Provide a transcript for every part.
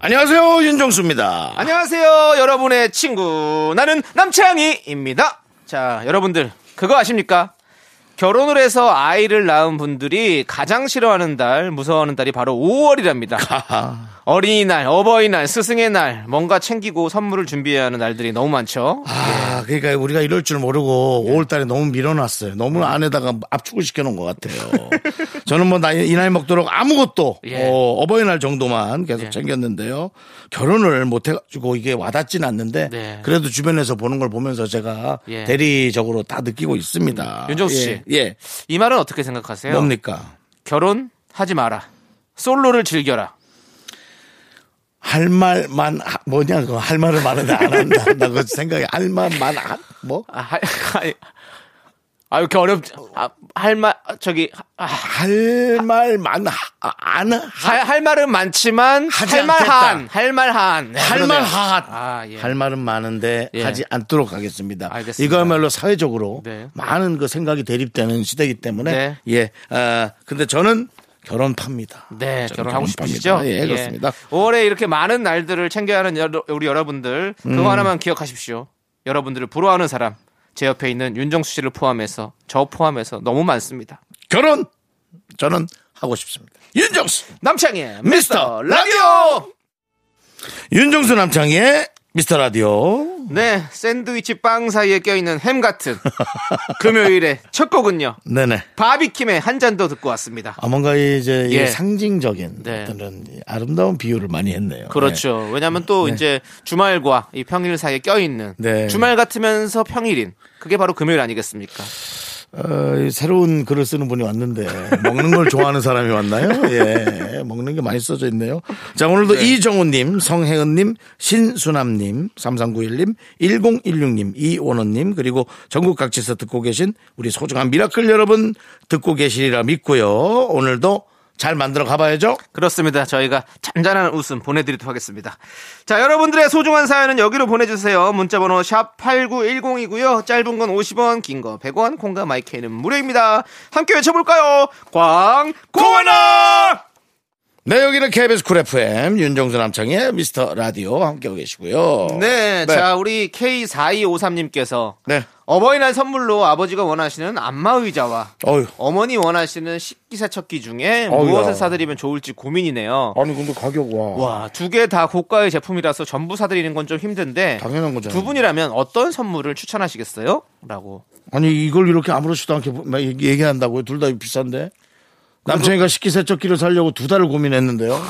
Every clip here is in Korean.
안녕하세요 윤정수입니다. 안녕하세요, 여러분의 친구. 나는 남창희입니다. 자, 여러분들, 그거 아십니까? 결혼을 해서 아이를 낳은 분들이 가장 싫어하는 달, 무서워하는 달이 바로 5월이랍니다. 어린이날, 어버이날, 스승의 날, 뭔가 챙기고 선물을 준비해야 하는 날들이 너무 많죠? 아 그러니까 우리가 이럴 줄 모르고 5월달에 너무 밀어놨어요. 너무 안에다가 압축을 시켜놓은 것 같아요. 저는 뭐 나이 이 나이 먹도록 아무것도 예. 어, 버이날 정도만 계속 예. 챙겼는데요. 결혼을 못해가지고 이게 와닿진 않는데 네. 그래도 주변에서 보는 걸 보면서 제가 예. 대리적으로 다 느끼고 있습니다. 윤정수 예. 씨. 예. 이 말은 어떻게 생각하세요? 뭡니까? 결혼하지 마라. 솔로를 즐겨라. 할 말만 하- 뭐냐 그거 할 말을 말은 안 한다. 나 그 생각이 할 말만 하- 뭐? 아, 하, 아니, 아, 이렇게 어렵지. 아, 할 말, 저기, 아, 할 말만 하- 안 하- 할, 할 말은 많지만 하지 할 말한 않겠다. 할 말한 네, 할 그러네요. 말 하. 아, 예. 할 말은 많은데 예. 하지 않도록 하겠습니다. 알겠습니다. 이거야말로 사회적으로 네. 많은 그 생각이 대립되는 시대이기 때문에 네. 예. 아, 근데 저는 결혼팝니다. 저는 네 결혼하고 결혼팝니다. 싶으시죠? 예, 그렇습니다. 5월에 이렇게 많은 날들을 챙겨야 하는 여러- 우리 여러분들 음. 그거 하나만 기억하십시오. 여러분들을 부러워하는 사람 제 옆에 있는 윤정수 씨를 포함해서 저 포함해서 너무 많습니다. 결혼 저는 하고 싶습니다. 윤정수 남창희 미스터 라디오. 윤정수 남창희의 미스터 라디오. 네 샌드위치 빵 사이에 껴있는 햄 같은 금요일의 첫 곡은요 네네. 바비킴의 한 잔 더 듣고 왔습니다. 아, 뭔가 이제 이 예. 상징적인 네. 어떤 그런 아름다운 비유를 많이 했네요. 그렇죠. 왜냐하면 또 이제 주말과 이 평일 사이에 껴있는 네. 주말 같으면서 평일인 그게 바로 금요일 아니겠습니까? 어, 이 새로운 글을 쓰는 분이 왔는데 먹는 걸 좋아하는 사람이 왔나요? 예, 먹는 게 많이 써져 있네요. 자, 오늘도 이정우님, 성혜은님, 신수남님, 3391님, 1016님, 이원호님 그리고 전국 각지에서 듣고 계신 우리 소중한 미라클 여러분 듣고 계시리라 믿고요. 오늘도 잘 만들어 가봐야죠. 그렇습니다. 저희가 잔잔한 웃음 보내드리도록 하겠습니다. 자, 여러분들의 소중한 사연은 여기로 보내주세요. 문자번호 샵 8910이고요. 짧은 건 50원, 긴 거 100원, 콩과 마이크는 무료입니다. 함께 외쳐볼까요? 광고하나! 네, 여기는 KBS 쿨 FM 윤정수 남창의 미스터 라디오 함께하고 계시고요. 네, 자, 우리 K4253님께서 네. 어버이날 선물로 아버지가 원하시는 안마의자와 어휴. 어머니 원하시는 식기세척기 중에 어우야. 어. 무엇을 사드리면 좋을지 고민이네요. 아니 근데 가격 와. 와, 두 개 다 고가의 제품이라서 전부 사드리는 건 좀 힘든데 당연한 거잖아요. 두 분이라면 어떤 선물을 추천하시겠어요? 라고. 아니 이걸 이렇게 아무렇지도 않게 막 얘기- 얘기한다고요? 둘 다 비싼데. 남편이가 식기세척기를 살려고 두 달을 고민했는데요.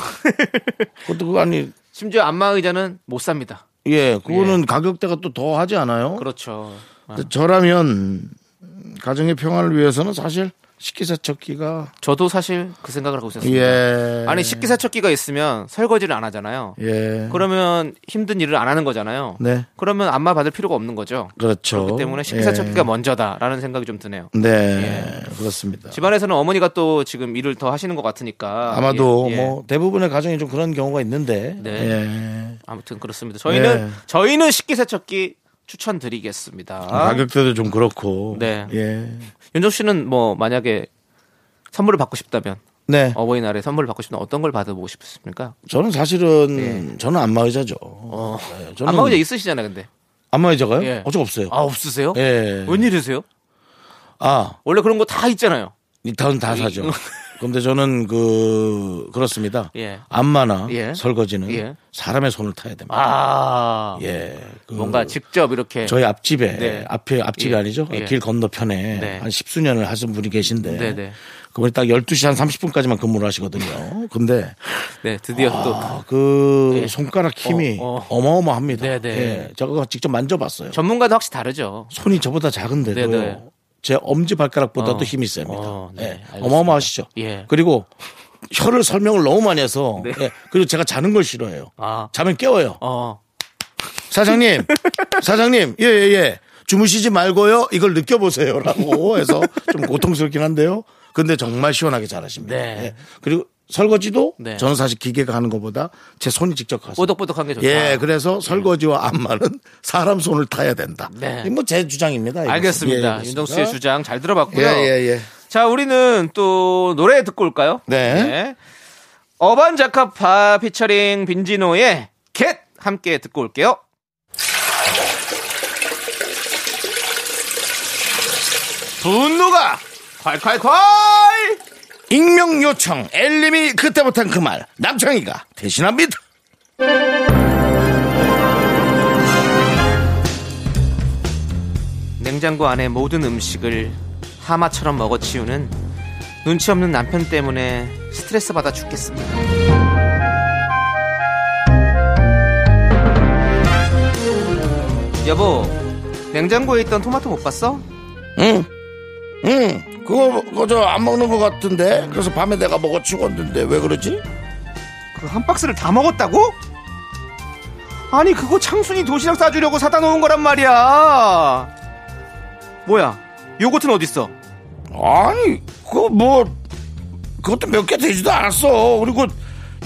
그것도 그거 아니 심지어 안마 의자는 못 삽니다. 예 그거는 가격대가 또 더 하지 않아요? 그렇죠. 근데 저라면 가정의 평화를 위해서는 사실 식기세척기가 저도 사실 그 생각을 하고 있었어요. 예 아니 식기세척기가 있으면 설거지를 안 하잖아요. 예 그러면 힘든 일을 안 하는 거잖아요. 네. 그러면 안마 받을 필요가 없는 거죠. 그렇죠. 그렇기 때문에 식기세척기가 먼저다라는 생각이 좀 드네요. 예. 네 그렇습니다. 집안에서는 어머니가 또 지금 일을 더 하시는 것 같으니까 아마도 예, 예. 뭐 대부분의 가정이 좀 그런 경우가 있는데 네. 예. 아무튼 그렇습니다. 저희는 네. 저희는 식기세척기 추천드리겠습니다. 가격대도 좀 그렇고 아. 네. 예. 윤정 씨는 뭐 만약에 선물을 받고 싶다면 네. 어버이날에 선물을 받고 싶다면 어떤 걸 받아보고 싶습니까? 저는 사실은 저는 안마의자죠. 네, 저는 예. 어. 안마의자 있으시잖아요, 근데. 안마의자가요? 예. 어쩔 없어요. 아 없으세요? 예. 웬일이세요? 아, 원래 그런 거 다 있잖아요. 이타운 다 사죠. 근데 저는 그 그렇습니다. 음. 예. 안마나 예. 설거지는 예. 사람의 손을 타야 됩니다. 아 예. 그 뭔가 직접 이렇게 저희 앞집에 네. 앞에 앞집이 예. 아니죠. 예. 길 건너편에 네. 한 십수년을 하신 분이 계신데 네, 네. 그분이 딱 12시 한 30분까지만 근무를 하시거든요. 근데 네 드디어 또 아, 그 손가락 힘이 예. 어, 어. 어, 마어마합니다 네, 네. 예. 제가 직접 만져봤어요. 전문가도 확실히 다르죠. 손이 저보다 작은데도 네네. 제 엄지 발가락보다도 어. 힘이 셉니다. 어, 어, 네, 알겠습니다. 마어마하시죠 예. 그리고 혀를 설명을 너무 많이 해서 네. 예, 그리고 제가 자는 걸 싫어해요. 아. 자면 깨워요. 어. 사장님, 사장님, 예, 예, 예. 주무시지 말고요. 이걸 느껴보세요. 라고 해서 좀 고통스럽긴 한데요. 근데 정말 시원하게 잘하십니다. 네. 예. 그리고 설거지도 네. 저는 사실 기계가 하는 것보다 제 손이 직접 가서. 뽀득뽀득한 게 좋다. 예, 그래서 설거지와 안마는 사람 손을 타야 된다. 네. 뭐 제 주장입니다. 이것은. 예, 알겠습니다. 그렇습니다. 윤정수 씨의 주장 잘 들어봤고요. 예, 예, 예. 자, 우리는 또 노래 듣고 올까요? 네. 어반자카파 피처링 빈지노의 겟 함께 듣고 올게요. 분노가 콸콸콸! 익명 요청 엘림이 그때 못한 그 말 남창희가 대신합니다. 냉장고 안에 모든 음식을 하마처럼 먹어치우는 눈치 없는 남편 때문에 스트레스 받아 죽겠습니다. 여보, 냉장고에 있던 토마토 못 봤어? 응, 응. 음, 그거 그거 저 안 먹는 것 같은데 그래서 밤에 내가 먹어 죽었는데 왜 그러지? 그 한 박스를 다 먹었다고? 아니 그거 창순이 도시락 싸주려고 사다 놓은 거란 말이야. 뭐야? 요거트는 어딨어? 아니 그거 뭐 그것도 몇 개 되지도 않았어. 그리고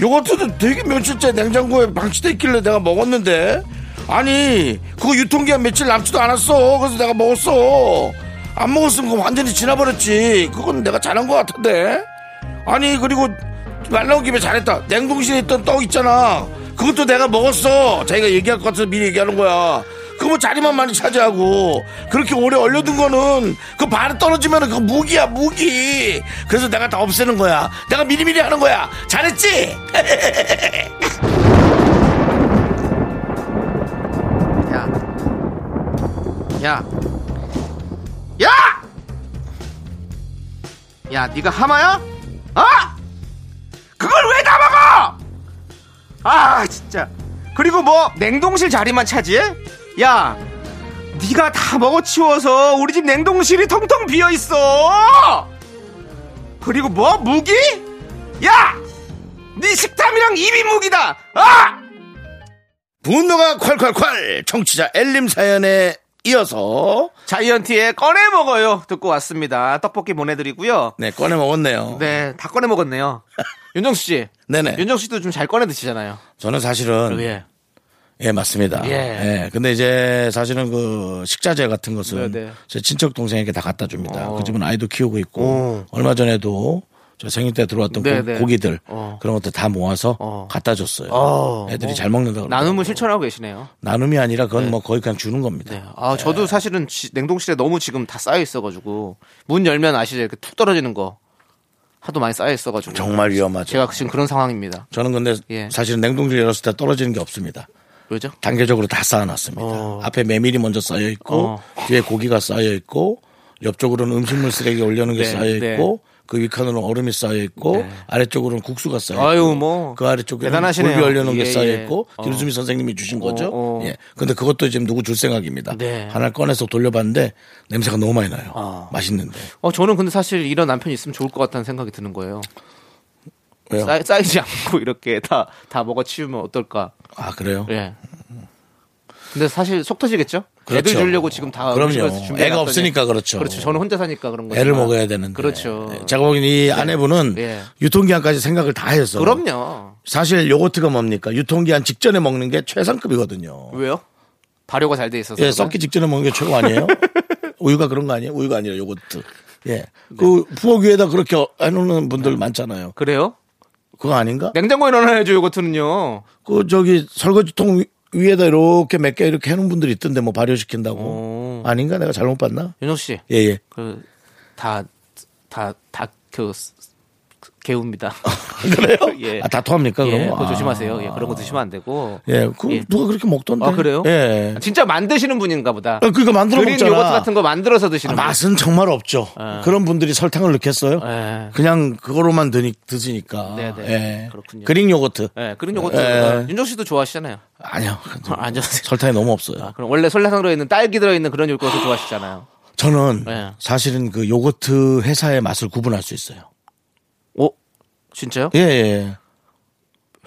요거트도 되게 며칠째 냉장고에 방치돼 있길래 내가 먹었는데 아니 그거 유통기한 며칠 남지도 않았어. 그래서 내가 먹었어. 안 먹었으면 그거 완전히 지나버렸지. 그건 내가 잘한 것 같은데. 아니 그리고 말 나온 김에 잘했다. 냉동실에 있던 떡 있잖아. 그것도 내가 먹었어. 자기가 얘기할 것 같아서 미리 얘기하는 거야. 그거 뭐 자리만 많이 차지하고 그렇게 오래 얼려둔 거는 그 발에 떨어지면 은 그거 무기야 무기. 그래서 내가 다 없애는 거야. 내가 미리미리 하는 거야. 잘했지? 야, 야, 야, 야, 네가 하마야? 아, 그걸 왜 다 먹어? 아, 진짜. 그리고 뭐 냉동실 자리만 차지해? 야, 네가 다 먹어치워서 우리 집 냉동실이 텅텅 비어 있어. 그리고 뭐 무기? 야, 네 식탐이랑 입이 무기다. 아! 분노가 콸콸콸 청취자 엘림 사연에 이어서 자이언티의 꺼내 먹어요 듣고 왔습니다. 떡볶이 보내드리고요. 네 꺼내 먹었네요. 네, 다 꺼내 먹었네요. 윤정수 씨, 네네. 윤정수 씨도 좀 잘 꺼내 드시잖아요. 저는 사실은 예. 예, 맞습니다. 예. 예. 근데 이제 사실은 그 식자재 같은 것은 네, 어. 네. 제 친척 동생에게 다 갖다 줍니다. 그 집은 아이도 키우고 있고 얼마 전에도 저 생일 때 들어왔던 어. 네, 고, 네. 고기들 어. 그런 것도 다 모아서 어. 갖다 줬어요. 어, 애들이 뭐 잘 먹는다. 나눔을 실천하고 계시네요. 나눔이 아니라 그건 뭐 거의 그냥 주는 겁니다. 네. 아, 예. 저도 사실은 지- 냉동실에 너무 지금 다 쌓여 있어가지고 문 열면 아시죠? 이렇게 툭 떨어지는 거 하도 많이 쌓여 있어가지고 정말 위험하죠. 제가 지금 그런 상황입니다. 저는 근데 예. 사실은 냉동실 열었을 때 떨어지는 게 없습니다. 왜죠? 단계적으로 다 쌓아놨습니다. 앞에 메밀이 먼저 쌓여 있고 어. 뒤에 고기가 쌓여 있고 옆쪽으로는 음식물 쓰레기 올려놓은 게 네, 쌓여 네. 있고 그 위칸으로는 얼음이 쌓여 있고 아래쪽으로는 국수가 쌓여 있고 아유, 뭐. 그 아래쪽에 대단하시네요. 굴비 올려놓은 게 예, 쌓여 예. 있고 어. 김수미 선생님이 주신 거죠. 어, 어. 예. 근데 그것도 지금 누구 줄 생각입니다. 네. 하나 꺼내서 돌려봤는데 냄새가 너무 많이 나요. 아. 맛있는데 어, 저는 근데 사실 이런 남편이 있으면 좋을 것 같다는 생각이 드는 거예요. 왜요? 쌓, 쌓이지 않고 이렇게 다 다 먹어치우면 어떨까? 아 그래요? 예. 근데 사실 속 터지겠죠? 애들 그렇죠. 주려고 지금 다 그럼요. 음식에서 준비해 애가 놨더니. 없으니까 그렇죠. 그렇죠. 저는 혼자 사니까 그런 거죠. 애를 먹어야 되는데. 그렇죠. 예. 제가 보기엔 이 아내분은 예. 유통기한까지 생각을 다 해서 그럼요. 사실 요거트가 뭡니까? 유통기한 직전에 먹는 게 최상급이거든요. 왜요? 발효가 잘 돼 있어서. 예, 그런가? 썩기 직전에 먹는 게 최고 아니에요? 우유가 그런 거 아니에요? 우유가 아니라 요거트. 네. 예. 그 부엌 위에다 그렇게 해놓는 분들 많잖아요. 그래요? 그거 아닌가? 냉장고에 넣어놔야죠, 요거트는요. 그 저기 설거지통 위- 위에다 이렇게 몇 개 이렇게 해놓은 분들이 있던데 뭐 발효시킨다고. 오. 아닌가? 내가 잘못 봤나? 윤호 씨. 예, 예. 그, 다, 다, 다, 그, 개웁니다. 그래요? 예. 아, 다 토합니까? 그럼? 예, 그거 아. 조심하세요. 예, 그런 거 드시면 안 되고. 예, 그 예. 누가 그렇게 먹던데? 아, 그래요? 예. 진짜 만드시는 분인가 보다. 아, 그러니까 만들어 그린 먹잖아. 요거트 같은 거 아. 만들어서 아, 드시는 분. 맛은 정말 없죠. 그런 분들이 설탕을 넣겠어요? 예. 그냥 그거로만 드니, 드시니까. 예. 네네. 그렇군요. 그릭 요거트. 예, 그런 요거트. 예. 윤정 씨도 좋아하시잖아요. 아니요. 안 좋아하세요? 설탕이 너무 없어요. 아, 그럼 원래 설탕 들어있는 딸기 들어있는 그런 요거트 좋아하시잖아요. 저는 예. 사실은 그 요거트 회사의 맛을 구분할 수 있어요. 어? 진짜요? 예, 예.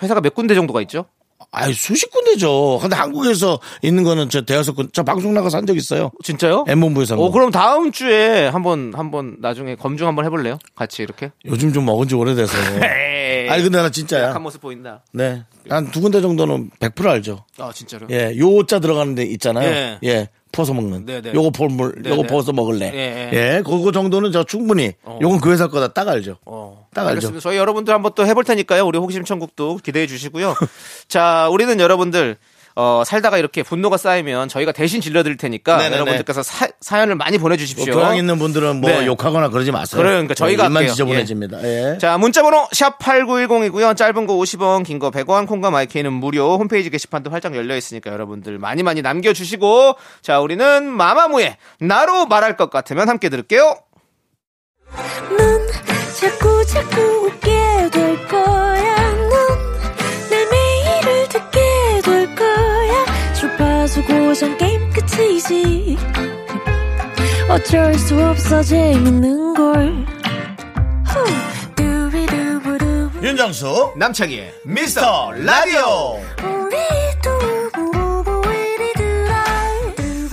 회사가 몇 군데 정도가 있죠? 아이, 수십 군데죠. 근데 한국에서 있는 거는 저 대여섯 군데, 저 방송 나가서 한 적 있어요. 진짜요? 엠본부에서. 어, 그럼 다음 주에 한번 한번 나중에 검증 한번 해볼래요? 같이 이렇게. 요즘 좀 먹은 지 오래돼서. 에이, 아니, 근데 나 진짜야. 약한 모습 보인다. 네. 한 두 군데 정도는 100% 알죠. 아 진짜로? 예, 요자 들어가는 데 있잖아요. 예. 예. 퍼서 먹는. 네네. 요거 폴물, 네네. 요거 퍼서 먹을래. 예, 예, 예. 그거 정도는 저 충분히. 요건 그 회사 거다 딱 알죠. 어, 딱 알죠. 알겠습니다. 저희 여러분들 한번 또 해볼 테니까요. 우리 호기심 천국도 기대해 주시고요. 자, 우리는 여러분들 어, 살다가 이렇게 분노가 쌓이면 저희가 대신 질러드릴 테니까 네네네. 여러분들께서 사, 연을 많이 뭐 보내주십시오. 교양 있는 분들은 뭐 네. 욕하거나 그러지 마세요. 예, 그러니까 저희가 입만 할게요. 지저분해집니다. 예. 자, 문자번호 샵 #8910이고요. 짧은 거 50원, 긴 거 100원, 콩과 마이크는 무료. 홈페이지 게시판도 활짝 열려 있으니까 여러분들 많이 많이 남겨주시고, 자, 우리는 마마무의 나로 말할 것 같으면 함께 들을게요. 넌 자꾸 자꾸 웃게 될 거야. 넌내 매일을 듣게 될 거야. 주파수 고정 게임 끝이지. 어쩔 수 없어 재밌는 걸. 후. 두비두부두부. 윤정수. 남창희의 미스터 라디오. 우리 두부부부 우리 두라. 두비두부부부 우리 두라.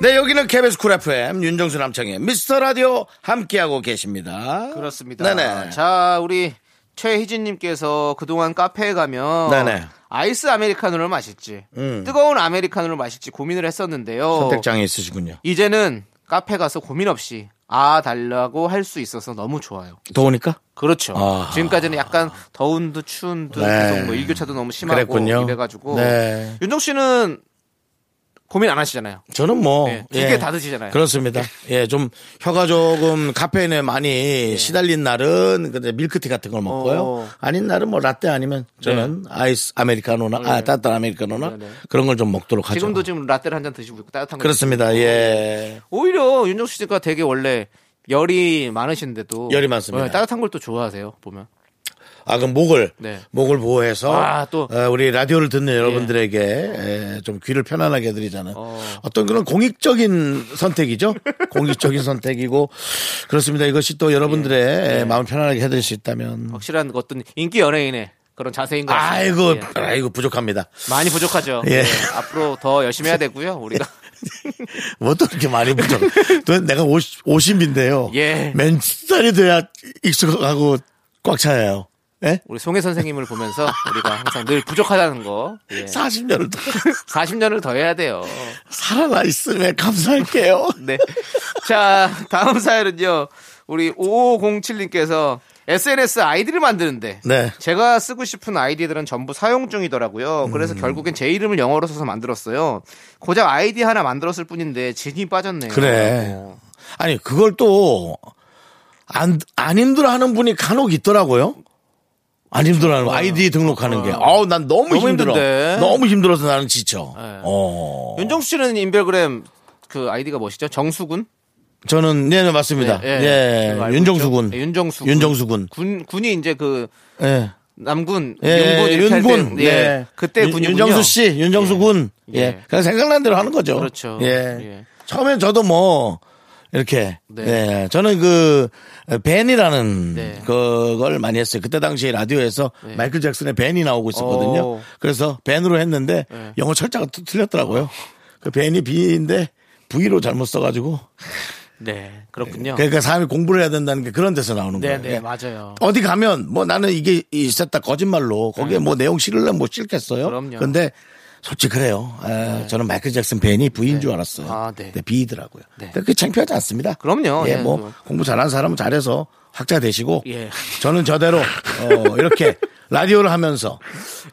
네, 여기는 KBS 쿨 FM 윤정수 남창의 미스터 라디오 함께하고 계십니다. 그렇습니다. 네네. 자, 우리 최희진님께서 그동안 카페에 가면 네네. 아이스 아메리카노를 마실지 음. 뜨거운 아메리카노를 마실지 고민을 했었는데요. 선택장애 있으시군요. 이제는 카페 가서 고민 없이 아 달라고 할 수 있어서 너무 좋아요. 더우니까? 그렇죠. 아. 지금까지는 약간 더운 듯 추운 듯 네. 계속 뭐 일교차도 너무 심하고 그랬군요. 이래가지고 네. 윤정 씨는 고민 안 하시잖아요. 저는 뭐. 네, 두개다 드시잖아요. 네. 그렇습니다. 예, 좀 혀가 조금 카페인에 많이 시달린 날은 근데 밀크티 같은 걸 먹고요. 네. 어. 아닌 날은 뭐 라떼 아니면 저는 아이스 아메리카노나 아, 따뜻한 아메리카노나 네, 네. 그런 걸 좀 먹도록 하죠. 지금도 지금 라떼를 한 잔 드시고 있고 따뜻한 거 그렇습니다. 예. 오히려 윤정수 씨가 되게 원래 열이 많으신데도 열이 많습니다. 네, 따뜻한 걸 또 좋아하세요 보면 아, 그럼 목을, 네. 목을 보호해서, 아, 또. 예. 어, 우리 라디오를 듣는 여러분들에게 에, 좀 귀를 편안하게 해드리잖아요. 어떤 그런 공익적인 선택이죠. 공익적인 선택이고, 그렇습니다. 이것이 또 여러분들의 에, 마음 편안하게 해드릴 수 있다면. 확실한 예. 어떤 인기 연예인의 그런 자세인 것 같습니다. 아이고, 예. 아이고, 부족합니다. 많이 부족하죠. 예. 예, 앞으로 더 열심히 해야 되고요. 우리가 뭐 또 이렇게 많이 부족. 또 내가 50, 50인데요. 예. 맨살이 돼야 익숙하고 꽉 차요. 예? 우리 송혜 선생님을 보면서 우리가 항상 늘 부족하다는 거 예. 40년을 더 40년을 더 해야 돼요. 살아나 있음에 감사할게요. 네. 자, 다음 사연은요. 우리 5507님께서 SNS 아이디를 만드는데 네. 제가 쓰고 싶은 아이디들은 전부 사용 중이더라고요. 음. 그래서 결국엔 제 이름을 영어로 써서 만들었어요. 고작 아이디 하나 만들었을 뿐인데 진이 빠졌네요. 그래. 어. 아니 그걸 또 안 안 힘들어하는 분이 간혹 있더라고요. 안 힘들어하는 분, 아이디 등록하는 게. 아우 난 너무, 어, 너무 힘들어. 힘든데. 너무 힘들어서 나는 지쳐. 네. 어. 윤정수 씨는 인별그램 그 아이디가 뭐시죠? 정수군? 저는 네, 네 맞습니다. 예, 예. 예. 그거 알고 윤정수 있죠? 군. 예, 윤정수 군. 윤정수 군. 군 군이 이제 그 예. 남군, 예, 윤군, 이렇게 할 윤군. 때, 예. 그때 군이 윤정수 씨, 윤정수 군. 예. 예. 그냥 생각난 대로 하는 거죠. 그렇죠. 예. 예. 처음엔 저도 뭐 이렇게 네. 예. 저는 그 벤이라는 네. 그걸 많이 했어요. 그때 당시에 라디오에서 마이클 잭슨의 벤이 나오고 있었거든요. 오. 네. 그래서 벤으로 했는데 영어 철자가 또 틀렸더라고요. 그 벤이 B인데 V로 잘못 써가지고 네, 그렇군요. 그러니까 사람이 공부를 해야 된다는 게 그런 데서 나오는 네, 거예요. 네, 예. 맞아요. 어디 가면 뭐 나는 이게 있었다 거짓말로 거기에 뭐 내용 실을래 못 실겠어요. 네. 그럼요. 근데 솔직히 그래요. 에, 저는 마이클 잭슨 팬이 부인 줄 알았어요. 아, 네. 근데 비이더라고요. 네. 근데 그게 창피하지 않습니다. 그럼요. 예, 예, 뭐 그거. 공부 잘하는 사람은 잘해서 학자 되시고 예. 저는 저대로 어, 이렇게 라디오를 하면서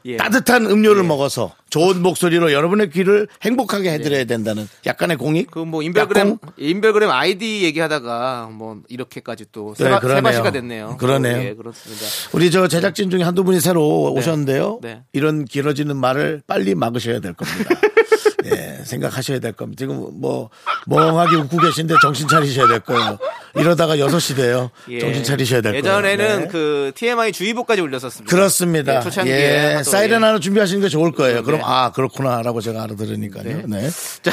예. 예. 따뜻한 음료를 먹어서 좋은 목소리로 여러분의 귀를 행복하게 해드려야 된다는 약간의 공익. 그 뭐 인별그램 약공? 인별그램 아이디 얘기하다가 뭐 이렇게까지 또 네, 세바, 그러네요. 세바시가 됐네요. 그러네요. 예, 그렇습니다. 우리 저 제작진 중에 한두 분이 새로 오셨는데요. 네. 이런 길어지는 말을 빨리 막으셔야 될 겁니다. 예, 생각하셔야 될 겁니다. 지금 뭐 멍하게 웃고 계신데 정신 차리셔야 될 거예요. 이러다가 6시 돼요. 예. 정신 차리셔야 될 거예요. 예전에는 네. 그 TMI 주의보까지 올렸었습니다. 그렇습니다. 예, 초창기에 예, 하도, 사이렌 예. 하나 준비하시는 게 좋을 거예요. 그럼 네. 아 그렇구나라고 제가 알아들으니까요. 네. 네. 자,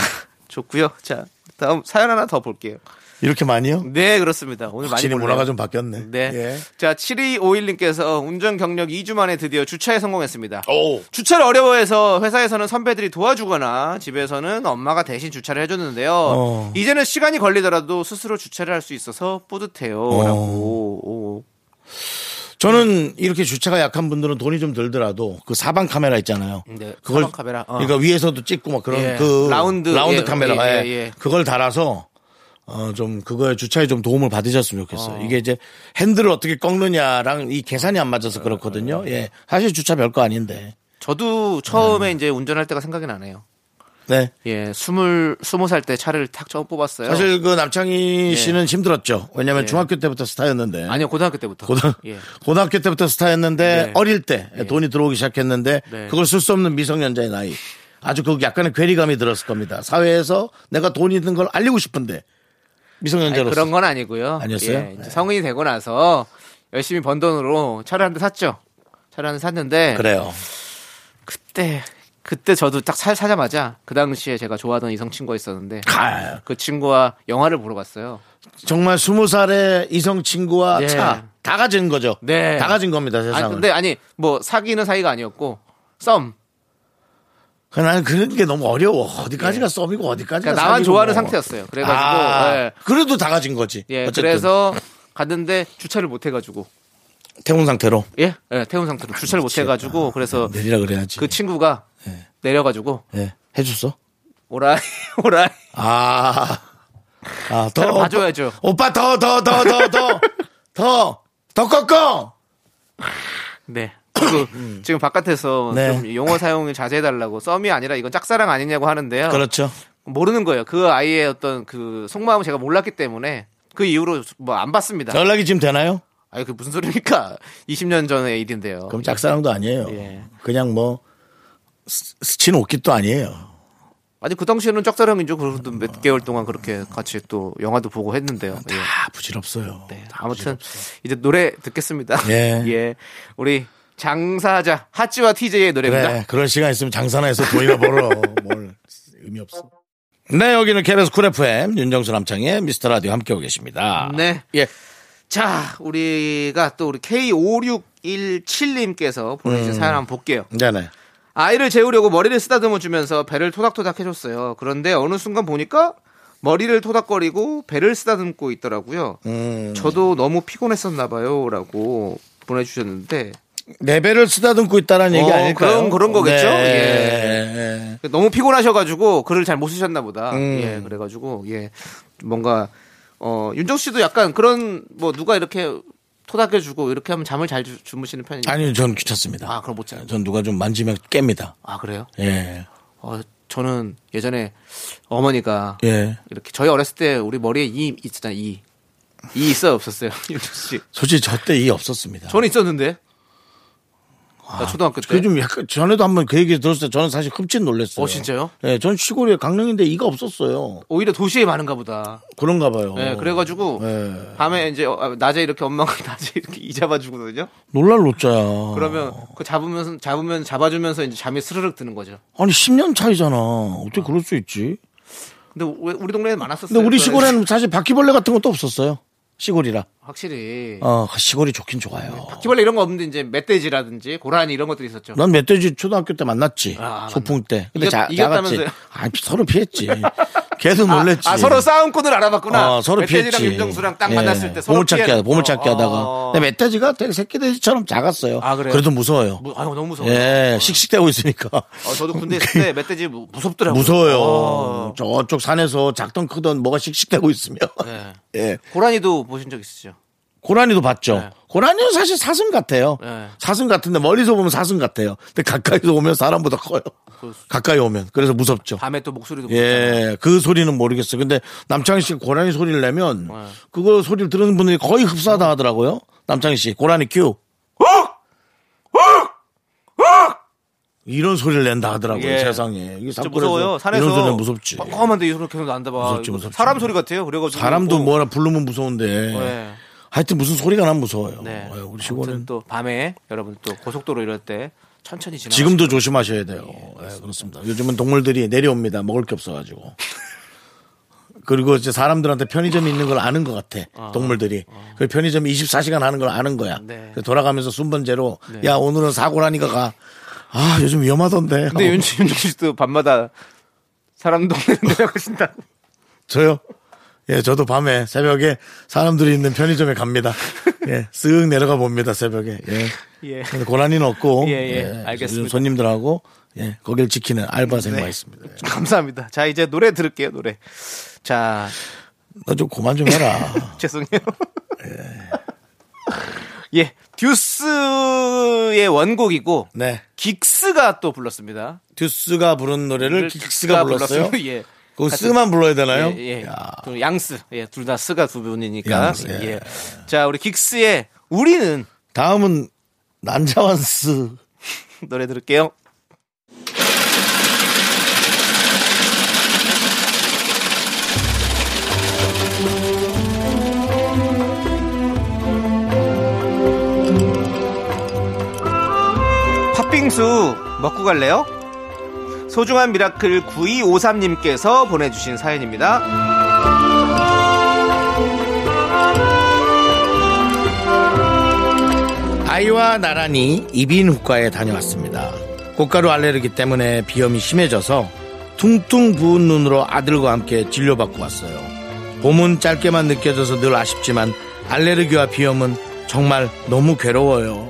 좋고요. 자, 다음 사연 하나 더 볼게요. 이렇게 많이요? 네, 그렇습니다. 오늘 많이 확실히 몰라요. 문화가 좀 바뀌었네. 네. 예. 자, 7251님께서 운전 경력 2주 만에 드디어 주차에 성공했습니다. 오. 주차를 어려워해서 회사에서는 선배들이 도와주거나 집에서는 엄마가 대신 주차를 해줬는데요. 어. 이제는 시간이 걸리더라도 스스로 주차를 할 수 있어서 뿌듯해요. 어. 라고. 오. 저는 이렇게 주차가 약한 분들은 돈이 좀 들더라도 그 사방 카메라 있잖아요. 네, 그걸 사방 카메라, 어. 그러니까 위에서도 찍고 막 그런 예, 그 라운드, 예, 카메라 예, 예, 예, 예. 그걸 달아서 어 좀 그거에 주차에 좀 도움을 받으셨으면 좋겠어요. 이게 이제 핸들을 어떻게 꺾느냐랑 이 계산이 안 맞아서 그렇거든요. 예. 사실 주차 별거 아닌데. 저도 처음에 이제 운전할 때가 생각이 나네요. 네. 예, 스물, 스무 살 때 차를 탁 처음 뽑았어요. 사실 그 남창희 예. 씨는 힘들었죠. 왜냐면 예. 중학교 때부터 스타였는데. 아니요, 고등학교 때부터. 고등, 예. 고등학교 때부터 스타였는데 네. 어릴 때 돈이 들어오기 시작했는데 네. 그걸 쓸 수 없는 미성년자의 나이 아주 그 약간의 괴리감이 들었을 겁니다. 사회에서 내가 돈이 있는 걸 알리고 싶은데 아니, 미성년자로서 그런 건 아니고요. 아니었어요? 네. 예, 이제 성인이 되고 나서 열심히 번 돈으로 차를 한 대 샀죠. 차를 한 대 샀는데 그래요. 그때 그때 저도 딱 사, 사자마자 그 당시에 제가 좋아하던 이성 친구가 있었는데 아, 그 친구와 영화를 보러 갔어요. 정말 스무 살의 이성 친구와 네. 차 다 가진 거죠. 네. 다 가진 겁니다 아니 세상은. 근데 아니 뭐 사귀는 사이가 아니었고 썸. 그 나는 그런 게 너무 어려워. 어디까지가 썸이고 어디까지가 그러니까 나만 사귀고 좋아하는 뭐. 상태였어요. 그래가지고, 예. 그래도 다 가진 거지. 예. 어쨌든 그래서 갔는데 주차를 못 해가지고 태운 상태로 예, 예, 태운 상태로 아, 주차를 못 해가지고 그래서 내리라 그래야지. 그 친구가 내려가지고 예. 해줬어? 오라이 오라이 아, 아, 더 차를 봐줘야죠. 오빠, 오빠 더, 더, 더, 더, 더, 더, 더 꺾어. 네. 그리고 지금 바깥에서 음. 네. 좀 용어 사용을 자제해달라고 썸이 아니라 이건 짝사랑 아니냐고 하는데요. 그렇죠. 모르는 거예요. 그 아이의 어떤 그 속마음을 제가 몰랐기 때문에 그 이후로 뭐 안 봤습니다. 연락이 지금 되나요? 아유 그 무슨 소리입니까? 20년 전의 일인데요. 그럼 짝사랑도 아니에요. 예. 그냥 뭐 스- 스친 옷깃도 아니에요. 아니 그 당시에는 짝사랑이죠. 그래도 몇 개월 동안 그렇게 같이 또 영화도 보고 했는데요. 예. 아. 다 아, 부질없어요. 네, 아무튼 이제 노래 듣겠습니다. 예. 우리 장사하자 하찌와 TJ의 노래입니다. 그래, 그럴 시간 있으면 장사나 해서 돈이나 벌어. 뭘 의미 없어. 네, 여기는 KBS 쿨 FM 윤정수 남창의 미스터 라디오 함께하고 계십니다. 네. 예. 자, 우리가 또 우리 K5617님께서 보내주신 음. 사연 한번 볼게요. 네네. 아이를 재우려고 머리를 쓰다듬어 주면서 배를 토닥토닥 해줬어요. 그런데 어느 순간 보니까 머리를 토닥거리고 배를 쓰다듬고 있더라고요. 음, 저도 너무 피곤했었나 봐요. 라고 보내주셨는데 레벨을 네 쓰다듬고 있다는 얘기 어, 아닐까요? 그런- 그런 거겠죠? 예. 네. 너무 피곤하셔가지고 글을 잘 못 쓰셨나 보다. 음. 예, 그래가지고 예 뭔가 어 윤정 씨도 약간 그런 뭐 누가 이렇게 토닥여주고 이렇게 하면 잠을 잘 주, 무시는 편이에요. 아니요, 전 귀찮습니다. 아, 그럼 못 자요? 전 누가 좀 만지면 깹니다. 아 그래요? 예. 어 저는 예전에 어머니가 예. 이렇게 저희 어렸을 때 우리 머리에 이 있잖아 이. 이 있어요 없었어요 윤정 씨. 솔직히 저 때 이 없었습니다. 저는 있었는데. 나 초등학교 때. 아, 그게 좀 약간 전에도 한번 그 얘기 들었을 때 저는 사실 흠칫 놀랐어요. 어, 진짜요? 예, 전 시골에 강릉인데 이가 없었어요. 오히려 도시에 많은가 보다. 그런가 봐요. 예, 그래가지고 예. 밤에 이제 어, 아, 낮에 이렇게 엄마가 낮에 이렇게 이 잡아주거든요. 놀랄 놓자야. 그러면 어. 그 잡으면서 잡으면 잡아주면서 이제 잠이 스르륵 드는 거죠. 아니 10년 차이잖아. 어떻게 그럴 수 있지? 근데 왜 우리 동네에는 많았었어요. 근데 우리 그거는. 시골에는 사실 바퀴벌레 같은 것도 없었어요. 시골이라. 확실히 어, 시골이 좋긴 좋아요. 바퀴벌레 이런 거 없는데 이제 멧돼지라든지 고라니 이런 것들이 있었죠. 난 멧돼지 초등학교 때 만났지. 아, 소풍 때. 근데 이겼- 자, 나갔지. 이겼다면서요? 아, 서로 피했지. 걔도 놀랬지. 아, 아, 서로 싸움꾼을 알아봤구나. 어, 서로 멧돼지랑 피했지. 윤정수랑 딱 예. 만났을 때 서로 보물찾기, 피해- 하다, 보물찾기 어, 하다가. 어. 근데 멧돼지가 되게 새끼 돼지처럼 작았어요. 아, 그래요? 도 무서워요. 무- 아유 너무 무서워. 예, 씩씩대고 있으니까. 어, 저도 군대 있을 때 멧돼지 무- 무섭더라고요. 무서워요. 음. 어. 저쪽 산에서 작던 크던 뭐가 씩씩대고 있으면. 예. 예. 고라니도 보신 적 있으시죠? 고라니도 봤죠. 네. 고라니는 사실 사슴 같아요. 네. 사슴 같은데 멀리서 보면 사슴 같아요. 근데 가까이서 오면 사람보다 커요. 가까이 오면. 그래서 무섭죠. 밤에 또 목소리도 무섭잖아요. 예, 그 소리는 모르겠어요. 근데 남창희 씨 고라니 소리를 네. 내면 그거 소리를 들은 분들이 거의 흡사하다 하더라고요. 남창희 씨 고라니 큐. 이런 소리를 낸다 하더라고요. 예. 세상에. 이게 진짜 산골에서 무서워요. 산에서 이런 소리는 무섭지. 깜깜한데 이 소리 계속 난다 봐. 무섭지, 이거 무섭지. 사람 소리 같아요. 그래가지고 사람도 어, 뭐라 부르면 무서운데. 네. 하여튼 무슨 소리가 나면 무서워요. 네. 뭐, 아유, 우리 아무튼 시골은 또 밤에 여러분 또 고속도로 이럴 때 천천히 지나. 지금도 예, 조심하셔야 돼요. 예, 그렇습니다. 요즘은 동물들이 내려옵니다. 먹을 게 없어가지고. 그리고 이제 사람들한테 편의점이 있는 걸 아는 것 같아. 동물들이. 그 편의점 24시간 하는 걸 아는 거야. 네. 그래서 돌아가면서 순번제로 야 오늘은 사고라니까 가. 아 요즘 위험하던데. 하고 근데 윤지 윤정 씨도 밤마다 사람 동네 내려가신다. 저요. 예, 저도 밤에 새벽에 사람들이 있는 편의점에 갑니다. 예, 쓱 내려가 봅니다 새벽에. 예. 예. 근데 고난이는 없고 예, 예. 알겠습니다. 요즘 손님들하고 예, 거길 지키는 알바생과 네. 있습니다. 감사합니다. 자 이제 노래 들을게요 노래. 자 너 좀 그만 좀 해라. 죄송해요. 예 듀스의 원곡이고 네. 긱스가 또 불렀습니다. 네, 듀스가 부른 노래를 네, 긱스가 불렀어요. 불렀어요. 예. 그거 쓰만 불러야 되나요? 예, 예. 야, 또 양스. 예, 둘 다 스가 두 분이니까. 양스, 예. 예. 자, 우리 긱스의 우리는 다음은 난자완스. 노래 들을게요. 팥빙수 먹고 갈래요? 소중한 미라클 9253님께서 보내주신 사연입니다. 아이와 나란히 이비인후과에 다녀왔습니다. 꽃가루 알레르기 때문에 비염이 심해져서 퉁퉁 부은 눈으로 아들과 함께 진료받고 왔어요. 봄은 짧게만 느껴져서 늘 아쉽지만 알레르기와 비염은 정말 너무 괴로워요.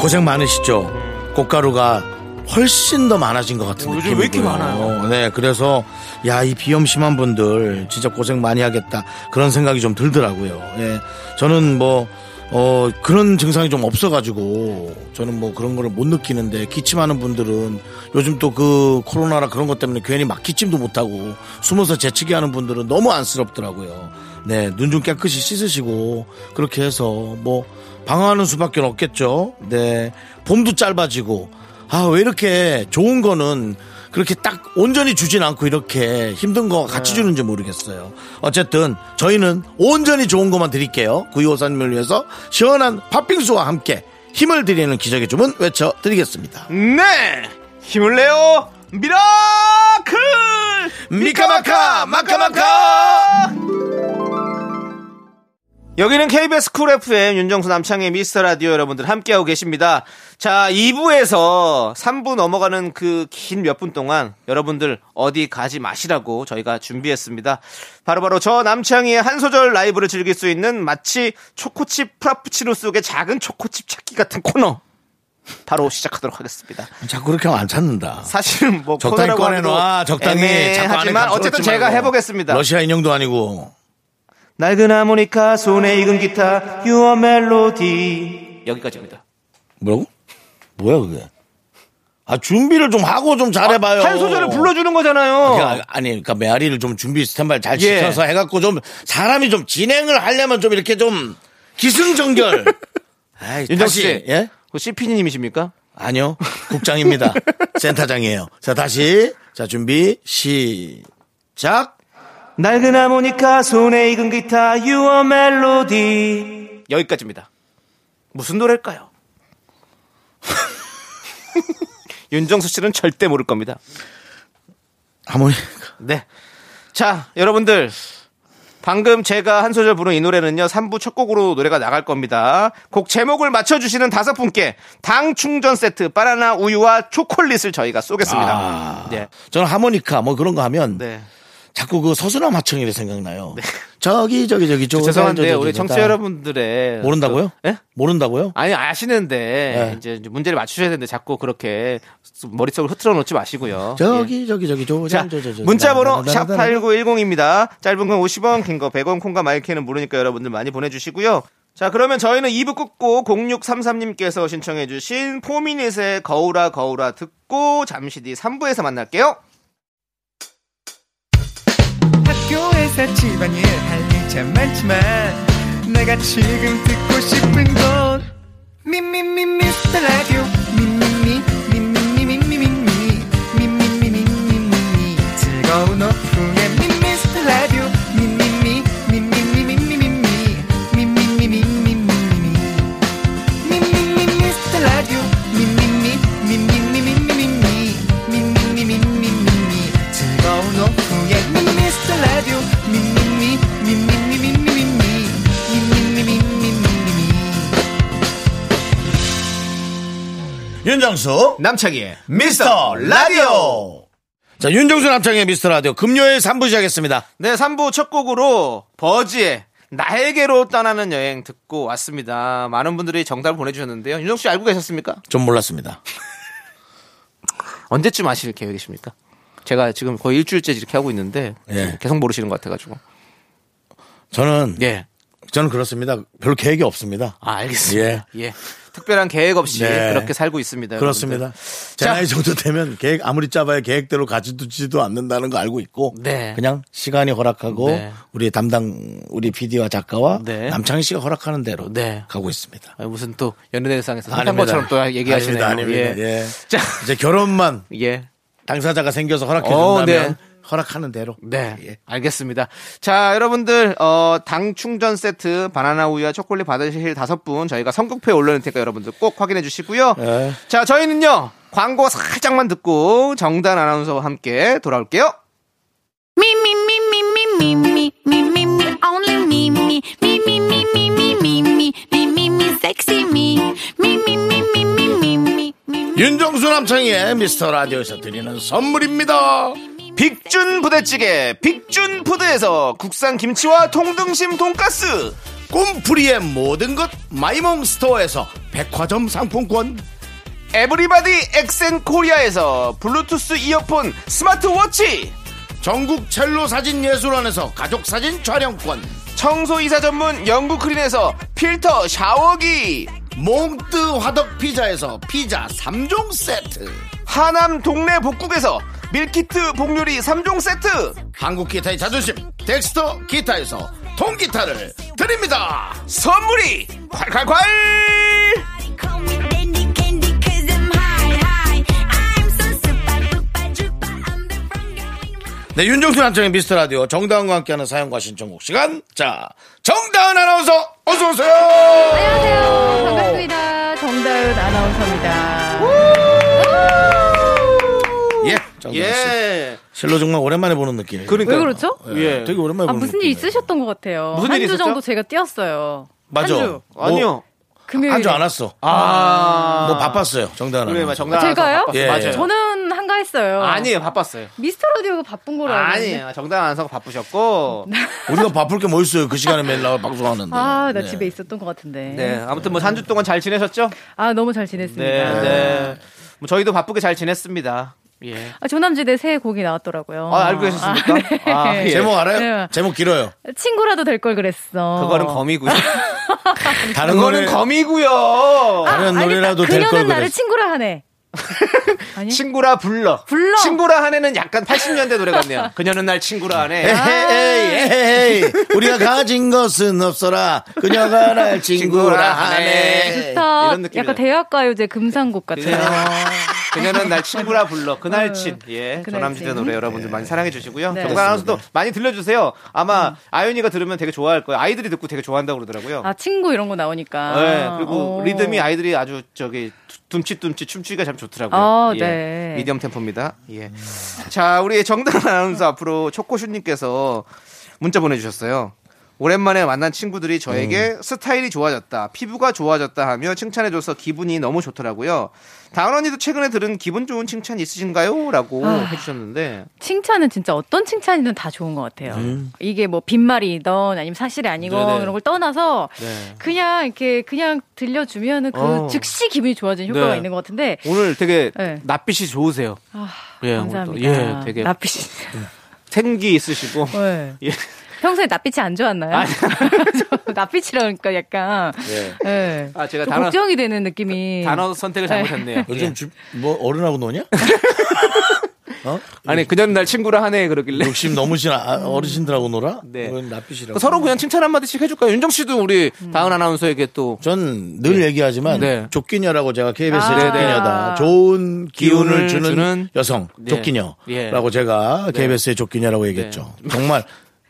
고생 많으시죠? 꽃가루가 훨씬 더 많아진 것 같은 음. 요즘 느낌이고요. 왜 이렇게 많아요? 네, 그래서 야 이 비염 심한 분들 진짜 고생 많이 하겠다 그런 생각이 좀 들더라고요. 예, 저는 뭐 어, 그런 증상이 좀 없어가지고 저는 뭐 그런 거를 못 느끼는데 기침하는 분들은 요즘 또 그 코로나라 그런 것 때문에 괜히 막 기침도 못하고 숨어서 재치기 하는 분들은 너무 안쓰럽더라고요. 네, 눈 좀 깨끗이 씻으시고 그렇게 해서 뭐 방황하는 수밖에 없겠죠. 네, 봄도 짧아지고 아 왜 이렇게 좋은 거는 그렇게 딱 온전히 주진 않고 이렇게 힘든 거 같이 주는지 모르겠어요. 어쨌든 저희는 온전히 좋은 것만 드릴게요. 구이호사님을 위해서 시원한 팥빙수와 함께 힘을 드리는 기적의 주문 외쳐드리겠습니다. 네! 힘을 내요! 미라클! 미카마카 마카마카 여기는 KBS 쿨 FM 윤정수 남창의 미스터 라디오 여러분들 함께하고 계십니다. 자, 2부에서 3부 넘어가는 그 긴 몇 분 동안 여러분들 어디 가지 마시라고 저희가 준비했습니다. 바로바로 저 남창희의 한 소절 라이브를 즐길 수 있는 마치 초코칩 프라푸치노 속의 작은 초코칩 찾기 같은 코너. 바로 시작하도록 하겠습니다. 자꾸 그렇게 하면 안 찾는다. 사실은 뭐 적당히 코너라고 꺼내놔 하기도 적당히 자꾸 안에 애매하지만 감춰놓지 어쨌든 제가 말고. 해보겠습니다. 러시아 인형도 아니고 낡은 하모니카 손에 익은 기타 유어 멜로디 여기까지입니다. 뭐라고? 뭐야 그게? 아 준비를 좀 하고 좀 잘해봐요. 아, 한 소절을 불러주는 거잖아요. 그냥 아니 그러니까 메아리를 좀 준비 스탠바이 잘 예. 시켜서 해갖고 좀 사람이 좀 진행을 하려면 좀 이렇게 좀 기승전결. 아이, 윤정 씨, 다시, 예? 그 CP님이십니까? 아니요 국장입니다. 센터장이에요. 자 다시 자 준비 시작. 낡은 하모니카 손에 익은 기타 유어 멜로디 여기까지입니다. 무슨 노래일까요? 윤정수 씨는 절대 모를 겁니다. 하모니 네. 자, 여러분들. 방금 제가 한 소절 부른 이 노래는요, 3부 첫 곡으로 노래가 나갈 겁니다. 곡 제목을 맞춰주시는 다섯 분께 당 충전 세트, 바나나 우유와 초콜릿을 저희가 쏘겠습니다. 아, 네. 저는 하모니카 뭐 그런 거 하면 네. 자꾸 그 서수남 하청일이 생각나요. 저기 저기 저기 저 죄송한데, 우리 청취자 여러분들의. 모른다고요? 그- 예? 모른다고요? 아니, 아시는데, 네. 이제 문제를 맞추셔야 되는데, 자꾸 그렇게 머릿속을 흐트러 놓지 마시고요. 예. 저기 저기 저기 저 자, 저, 저, 저. 문자번호 나, 나, 나, 나, 나, 나. 샵8910입니다. 짧은 건 50원, 긴 거 100원, 콩과 마이크는 무료니까 여러분들 많이 보내주시고요. 자, 그러면 저희는 2부 끝고 0633님께서 신청해주신 포미닛의 거울아 거울아 듣고 잠시 뒤 3부에서 만날게요. 학교에서 집안일 할 일 참 많지만 내가 지금 듣고 싶은 건 미미미 미스터 라디오 미미미 미미미 미미미 미미미 미미미 즐거운 오후에 미스터 라디오 미미미 미미미 미미미 미미미 미미미 미미미 미스터 라디오 미미미 미미미 윤정수 남창희의 미스터 라디오 자, 윤정수 남창의 미스터 라디오 금요일 3부 시작했습니다. 네, 3부 첫 곡으로 버지의 나에게로 떠나는 여행 듣고 왔습니다. 많은 분들이 정답을 보내주셨는데요. 윤정 씨 알고 계셨습니까? 좀 몰랐습니다. 언제쯤 아실 계획이십니까? 제가 지금 거의 일주일째 이렇게 하고 있는데 예. 계속 모르시는 것 같아가지고. 저는 예. 저는 그렇습니다. 별로 계획이 없습니다. 아, 알겠습니다. 예. 특별한 계획 없이 네. 그렇게 살고 있습니다. 그렇습니다. 여러분들. 제 자. 나이 정도 되면 계획 아무리 짜봐야 계획대로 가지두지도 않는다는 거 알고 있고 네. 그냥 시간이 허락하고 네. 우리 담당 우리 PD와 작가와 네. 남창희 씨가 허락하는 대로 네. 가고 있습니다. 아니, 무슨 또 연예대상에서 상탄 아닙니다. 것처럼 또 얘기하시네요. 아닙니다. 예. 아닙니다. 예. 자, 이제 결혼만 예. 당사자가 생겨서 허락해 어, 준다면 네. 허락하는 대로. 네, 예. 알겠습니다. 자, 여러분들 어, 당 충전 세트 바나나 우유와 초콜릿 받으실 다섯 분 저희가 선곡표에 올려놓을 테니까 여러분들 꼭 확인해 주시고요. 네. 자, 저희는요 광고 살짝만 듣고 정단 아나운서와 함께 돌아올게요. Me, me, me, me, me, me, me, me, me, me, only me, me, me, me, me, me, me, me, me, me, me, me, sexy me, me, me, me, me, me, me, me, me, me. 윤정수 남창희의 미스터 라디오에서 드리는 선물입니다. 빅준 부대찌개, 빅준 푸드에서 국산 김치와 통등심 돈가스, 꿈풀이의 모든 것 마이몽 스토어에서 백화점 상품권 에브리바디 엑센 코리아에서 블루투스 이어폰, 스마트워치, 전국 첼로 사진 예술원에서 가족 사진 촬영권 청소 이사 전문 영국 크린에서 필터 샤워기. 몽뜨 화덕 피자에서 피자 3종 세트 하남 동네 복국에서 밀키트 복요리 3종 세트 한국 기타의 자존심 덱스터 기타에서 통기타를 드립니다 선물이 콸콸콸 Call me dandy candy 'cause I'm high, high. I'm so super, super, duper. I'm the one going round. 네 윤정수 남창의 미스터라디오 정다은과 함께하는 사연과 신청곡 시간 자 정다은 아나운서 어서오세요 안녕하세요. 반갑습니다. 정다은 아나운서입니다. 예 정다은씨 예 실로 정말 오랜만에 보는 느낌 그러니까 왜 그렇죠? 예. 되게 오랜만에 아, 보는 무슨 일 있으셨던 것 같아요. 무슨 일이 한 주 있었죠? 정도 제가 뛰었어요. 맞아 한 주. 뭐, 예. 아니요 금요일. 한 주 안 왔어 아 뭐 바빴어요 정다은 그래 아나운서 맞 정답 제가요? 바빴어요. 예. 맞아요 저는 한가했어요. 아니에요 바빴어요 미스터 라디오가 바쁜 거로 알고 있는데. 아니에요 정답 안서 바쁘셨고 우리가 바쁠 게 뭐 있어요? 그 시간에 매일 나와 방송하는데. 아, 나 네. 집에 있었던 것 같은데. 네 아무튼 뭐 한 주 동안 잘 지내셨죠 아, 너무 잘 지냈습니다. 네네 뭐 저희도 바쁘게 잘 지냈습니다 예 아, 조남지대 새해 곡이 나왔더라고요. 아, 알고 계셨습니까? 아, 아, 네. 예. 제목 알아요? 네. 제목 길어요. 친구라도 될 걸 그랬어. 그거는 거미고요 다른 그거는 노래- 거미고요 아, 다른 아니다. 노래라도 될걸 그녀는 나를 그랬어. 친구라 하네. 아니? 친구라 불러. 불러. 친구라 한해는 약간 80년대 노래 같네요. 그녀는 날 친구라 한해. 아. 에헤이, 에헤이, 우리가 가진 것은 없어라. 그녀가 날 친구라 하네. 좋다. 이런 느낌이네. 약간 대학가요제 금상곡 같아요. 네. 그녀는 날 친구라 불러. 그날친. 예. 그날친. 조남지대 노래 여러분들 많이 사랑해 주시고요. 네. 정단 아나운서도 그 많이 들려주세요. 아마 아윤이가 들으면 되게 좋아할 거예요. 아이들이 듣고 되게 좋아한다고 그러더라고요. 아 친구 이런 거 나오니까. 예, 어. 그리고 아, 오. 리듬이 아이들이 아주 저기 둠칫둠칫 춤추기가 참 좋더라고요. 아, 예. 네. 미디엄 템포입니다. 예. 자, 우리 정단 아나운서 앞으로 초코슈님께서 문자 보내주셨어요. 오랜만에 만난 친구들이 저에게 스타일이 좋아졌다, 피부가 좋아졌다 하며 칭찬해줘서 기분이 너무 좋더라고요. 다은 언니도 최근에 들은 기분 좋은 칭찬 있으신가요? 라고 아. 해주셨는데. 칭찬은 진짜 어떤 칭찬이든 다 좋은 것 같아요. 이게 뭐 빈말이든 아니면 사실이 아니건 네. 네네. 이런 걸 떠나서 네. 그냥 이렇게 그냥 들려주면은 그 어. 즉시 기분이 좋아지는 효과가 네. 있는 것 같은데. 오늘 되게 네. 낯빛이 좋으세요. 아, 예, 감사합니다. 오늘도. 예, 되게 낯빛이. 생기 있으시고. 네. 예. 평소에 낯빛이 안 좋았나요? 저 낯빛이라니까 약간. 예. 아, 제가 좀 단어- 그 걱정이 되는 느낌이. 단어 선택을 잘못했네요. 예. 요즘 집, 뭐, 어른하고 노냐? 어? 아니 그녀는 날 친구라 하네 그러길래 욕심 넘으신 아- 어르신들하고 놀아? 네. 왜 나쁘시라고. 그 서로 그냥 칭찬 한 마디씩 해줄까요? 윤정 씨도 우리 다은 아나운서에게 또 전 늘 얘기하지만 네. 조끼녀라고 제가 KBS의 아, 조끼녀다. 네네. 좋은 기운을 기운을 주는, 주는 여성 네. 조끼녀라고 제가 KBS의 조끼녀라고 얘기했죠. 정말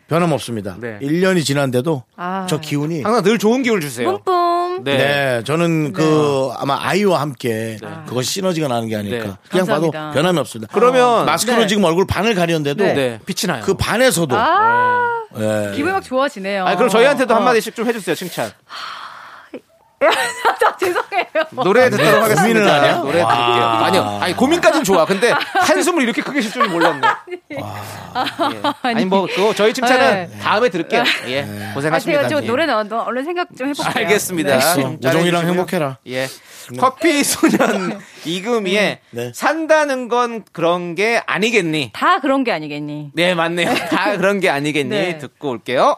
변함없습니다. 네. 1년이 지난데도 아. 저 기운이 항상 늘 좋은 기운을 주세요. 뿜뿜. 네. 네. 저는 네. 그 아마 아이와 함께 그것 시너지가 나는 게 아닐까. 네. 그냥 봐도 감사합니다. 변함이 없습니다. 어, 그러면 마스크로 네. 지금 얼굴 반을 가렸는데도 네. 네, 빛이 나요. 그 반에서도 아, 예. 기분이 막 좋아지네요. 아, 그럼 저희한테도 어. 한 마디씩 좀 해주세요 칭찬. 아, 죄송해요. 노래 듣도록 하겠습니다. 고민을 하냐? 노래 드릴게요. 아니요. 아니 고민까지는 좋아. 근데 한숨을 이렇게 크게 쉴 줄은 몰랐네. 예. 아니 뭐 그거 저희 칭찬은 다음에 들을게요. 예. 아, 제가 고생하십니다. 저 예. 노래 넣어 얼른 생각 좀 해볼게요. 네. 알겠습니다. 됐어. 좀 우정이랑 잘해주시고요. 행복해라. 예. 커피 소년 이금희의 네. 산다는 건 그런 게 아니겠니? 다 그런 게 아니겠니? 네, 맞네요. 다 그런 게 아니겠니? 네. 듣고 올게요.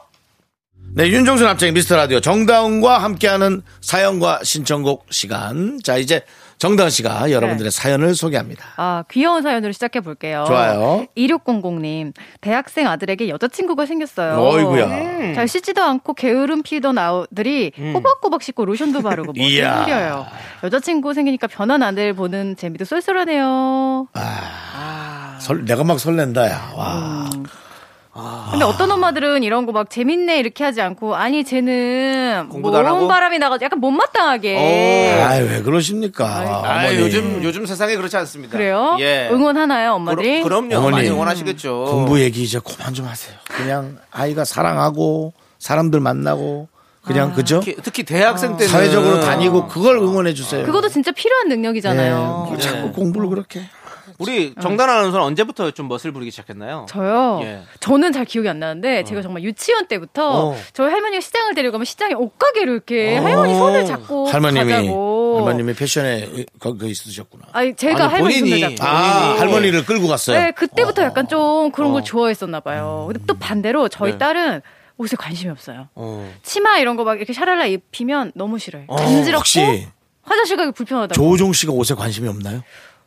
네, 윤종수 남창 미스터 라디오 정다운과 함께하는 사연과 신청곡 시간. 자, 이제 정다운 씨가 네. 여러분들의 사연을 소개합니다. 아, 귀여운 사연으로 시작해 볼게요. 좋아요. 2600님, 대학생 아들에게 여자친구가 생겼어요. 음. 네. 어이구야. 음. 잘 씻지도 않고 게으름 피던 아들이 꼬박꼬박 씻고 로션도 바르고 멋이 이야. 생겨요. 여자친구 생기니까 변한 아들 보는 재미도 쏠쏠하네요. 아. 설, 내가 막 설렌다, 야. 와. 음. 아. 근데 어떤 엄마들은 이런 거 막 재밌네 이렇게 하지 않고 아니 쟤는 공부도 안 하고? 뭔 바람이 나가지고 약간 못마땅하게 아이, 왜 그러십니까. 아, 어머니. 요즘 요즘 세상에 그렇지 않습니다. 그래요? 예. 응원하나요 엄마들이? 그럼, 그럼요. 어머니. 많이 응원하시겠죠. 공부 얘기 이제 그만 좀 하세요. 그냥 아이가 사랑하고 사람들 만나고 아. 그냥 그죠? 특히, 특히 대학생 때는 사회적으로 다니고 그걸 응원해 주세요. 것도 진짜 필요한 예. 능력이잖아요. 뭘 그렇죠. 네. 자꾸 공부를 그렇게. 우리 정단 아나운서는 언제부터 좀 멋을 부리기 시작했나요? 저요. 예. 어. 저는 잘 기억이 안 나는데 제가 정말 유치원 때부터 저희 할머니가 시장을 데리고 가면 시장에 옷가게를 이렇게 어. 할머니 손을 잡고 할머님이 가자고. 할머님이 패션에 거기 있으셨구나. 아니 제가 아니, 할머니 본인이. 손을 잡고. 아, 할머니를 끌고 갔어요. 네, 그때부터 약간 좀 그런 걸 좋아했었나 봐요. 근데 또 반대로 저희 어. 음. 네. 딸은 옷에 관심이 없어요. 어. 치마 이런 거 막 이렇게 샤랄라 입히면 너무 싫어요. 간지럽고 혹시 화장실 가기 불편하다고. 조우종 씨가 옷에 관심이 없나요?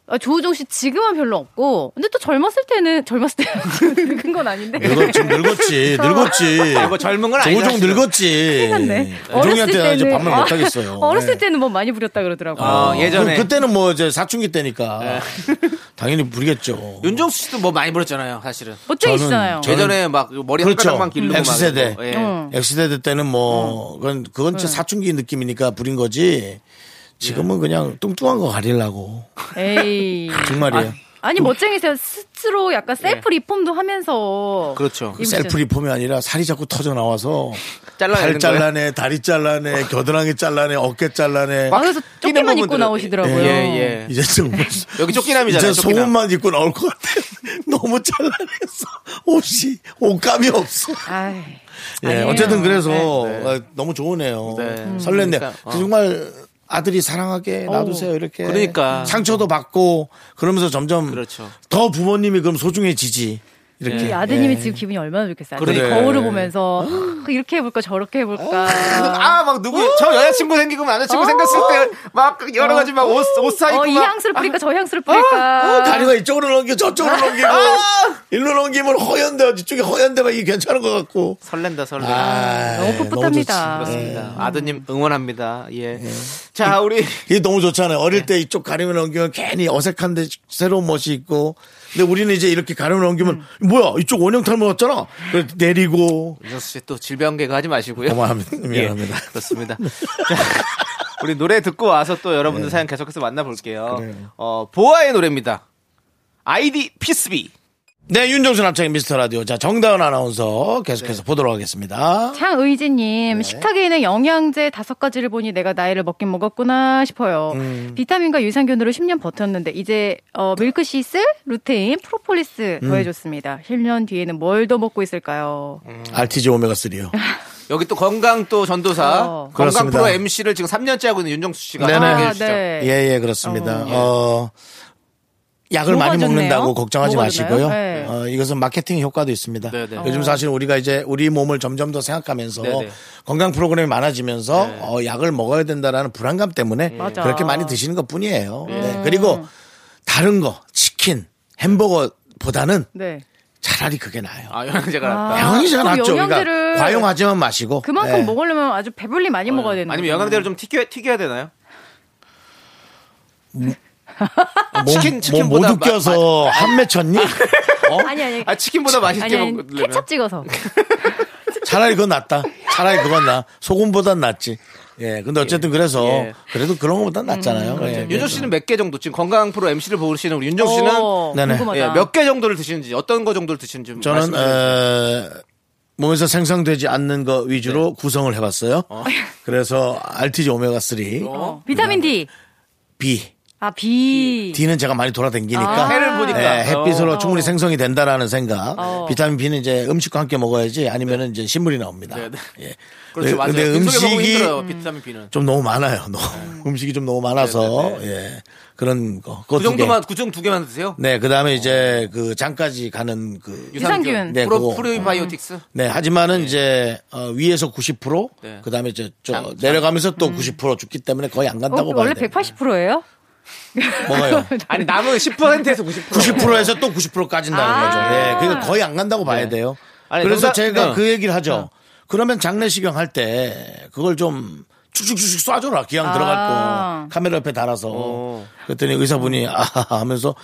아, 조우종 씨 지금은 별로 없고 근데 또 젊었을 때는 젊었을 때는 늙은 건 아닌데. 늙었, 지금 늙었지, 늙었지. 뭐 젊은 건 아니죠. 조우종 늙었지. 네. 아, 조종이한테 이제 반말 못하겠어요. 어렸을 네. 때는 뭐 많이 부렸다 그러더라고요. 어, 예전에. 네. 그, 때는뭐 이제 사춘기 때니까 당연히 부리겠죠. 윤정수 씨도 뭐 많이 불었잖아요, 사실은. 멋져 저는- 있어요. 저는- 예전에 막 머리 한 그렇죠. 가닥만 기르고 막 X세대. 이러고. 예. 응. 엑시대대 때는 뭐 그건 그건 진짜 사춘기 느낌이니까 부린 거지. 예. 지금은 그냥 뚱뚱한 거 가리려고 에이. 정말이에요. 아니 멋쟁이세요. 스스로 약간 셀프 리폼도 하면서 그렇죠. 입으시는- 예. 셀프 리폼이 아니라 살이 자꾸 터져 나와서 잘라야 발 되는 거예요? 아. 잘라내, 다리 잘라내, 겨드랑이 잘라내, 어깨 잘라내. 아, 그래서 조끼만 입고 부분들은- 나오시더라고요. 예, 예. 이제 좀 여기 쪼끼남이잖아요, 이제 쪼끼남. 속옷만 입고 나올 것 같아. 너무 잘라냈어. 옷이 옷감이 없어. 아이. 예, 아니에요. 어쨌든 그래서 네. 어, 너무 좋으네요. 네. 음. 설렌네. 그러니까, 어. 정말 아들이 사랑하게 놔두세요 이렇게. 그러니까. 상처도 받고 그러면서 점점 그렇죠. 네. 더 부모님이 그럼 소중해지지 이렇게. 이 아드님이 예. 지금 기분이 얼마나 좋겠어요. 아들이 그래. 거울을 보면서 아, 이렇게 해볼까 저렇게 해볼까. 아, 막 누구, 저 여자친구 생기고 남자친구 생겼을 때 막 여러 가지 막 옷, 옷 사입고. 어, 이 막- 향수를 뿌릴까 저 향수를 뿌릴까. 어, 다리가 이쪽으로 넘겨 아. 저쪽으로 넘기고 일로 넘기면 허연데 이쪽에 허연데가 이게 괜찮은 것 같고. 설렌다, 설렌다. 아, 너무 풋풋합니다. 너무 좋지. 예. 네, 그렇습니다. 아드님 응원합니다. 예. 네. 자, 우리 이게 너무 좋잖아요. 어릴 때 이쪽 가림을 넘기면 괜히 어색한데 새로운 멋이 있고. 근데 우리는 이제 이렇게 가림을 넘기면 뭐야 이쪽 원형 탈모 같잖아. 그래서 내리고 윤정수 씨 또 질병 개그 하지 마시고요. 고마합니다. 미안합니다. 네. 예, 그렇습니다. 자, 우리 노래 듣고 와서 또 여러분들 사연 계속해서 만나볼게요. 그래요. 어, 보아의 노래입니다. 아이디 피스비. 네, 윤정수 남창의 미스터 라디오. 자, 정다은 아나운서 계속해서 보도록 하겠습니다. 창의지님 네. 식탁에 있는 영양제 다섯 가지를 보니 내가 나이를 먹긴 먹었구나 싶어요. 음. 비타민과 유산균으로 10년 버텼는데 이제 어, 밀크시슬, 루테인, 프로폴리스 음. 더해줬습니다. 10년 뒤에는 뭘 더 먹고 있을까요? 음. RTG 오메가3요. 여기 또 건강 또 전도사. 어. 건강 그렇습니다. 프로 MC를 지금 3년째 하고 있는 윤정수 씨가. 네네. 함께 아, 해주시죠. 네. 예, 예, 그렇습니다. 어, 약을 뭐가 많이 좋네요? 먹는다고 걱정하지 뭐가 마시고요. 좋나요? 네. 어, 이것은 마케팅 효과도 있습니다. 네, 네. 요즘 사실 우리가 이제 우리 몸을 점점 더 생각하면서 네, 네. 건강 프로그램이 많아지면서 어, 약을 먹어야 된다라는 불안감 때문에 음. 맞아. 음. 그렇게 많이 드시는 것 뿐이에요. 네. 그리고 다른 거, 치킨, 햄버거 보다는 네. 차라리 그게 나아요. 아, 영양제가 낫다. 영양제가 그럼 낫죠. 그러니까 영양제를 과용하지만 마시고. 그만큼 예. 먹으려면 아주 배불리 많이 먹어야 되는 네. 아니면 거죠. 영양제를 좀 튀겨, 튀겨야 되나요? 몸- 치킨, 치킨보다 몸못 마- 웃겨서 뭐 한 매 쳤니? 어? 아. 아니 아니. 아, 치킨보다 맛있게 아니, 아니, 먹으려면. 케첩 찍어서. 차라리 그건 낫다. 차라리 그건 나. 소금보단 낫지. 예. 근데 어쨌든 그래서 예. 음, 그렇죠. 그래도 그런 것보단 낫잖아요. 네, 예, 윤정수 씨는 몇 개 정도 지금 건강 프로 MC를 보시는 우리 윤정수 씨는 예, 어, 네네. 궁금하다. 몇 개 정도를 드시는지 어떤 거 정도를 드시는지 좀 저는 아, 말씀해 주세요. 네. 어, 몸에서 생성되지 않는 거 위주로 구성을 해봤어요. 그래서 RTG 오메가 3, 어, 비타민 D. B, 아, B. D는 제가 많이 돌아다니니까 해를 보니까 네, 햇빛으로 어. 충분히 생성이 된다라는 생각. 어. 비타민 B는 이제 음식과 함께 먹어야지 아니면은 이제 신물이 나옵니다. 네, 네. 예. 그렇죠. 맞아요. 근데 음식이 음식이 힘들어요. 비타민 B는. 좀 너무 많아요. 너무 네. 음식이 좀 너무 많아서 예. 그런 거. 그거 그 두 개. 정도만 구정 두 개만 드세요. 어. 네, 그다음에 이제 그 장까지 가는 그 유산균. 네, 프로 그거. 프로바이오틱스. 네, 하지만은 이제 어, 위에서 90%, 네. 그다음에 저, 저 장, 음. 장. 내려가면서 또 90% 죽기 때문에 거의 안 어, 간다고 봐요. 원래 180%예요? 뭐가요? 아니 남은 10%에서 90%. 90%에서 또 90% 까진다는 아. 거죠. 예, 그러니까 거의 안 간다고 봐야 돼요. 네. 아니, 그래서 농담- 제가 어. 그 얘기를 하죠. 그러면 장례식경 할 때 그걸 좀 축축축축 쏴줘라. 아. 기왕 들어갈 거 카메라 옆에 달아서. 그랬더니 의사분이 아 하면서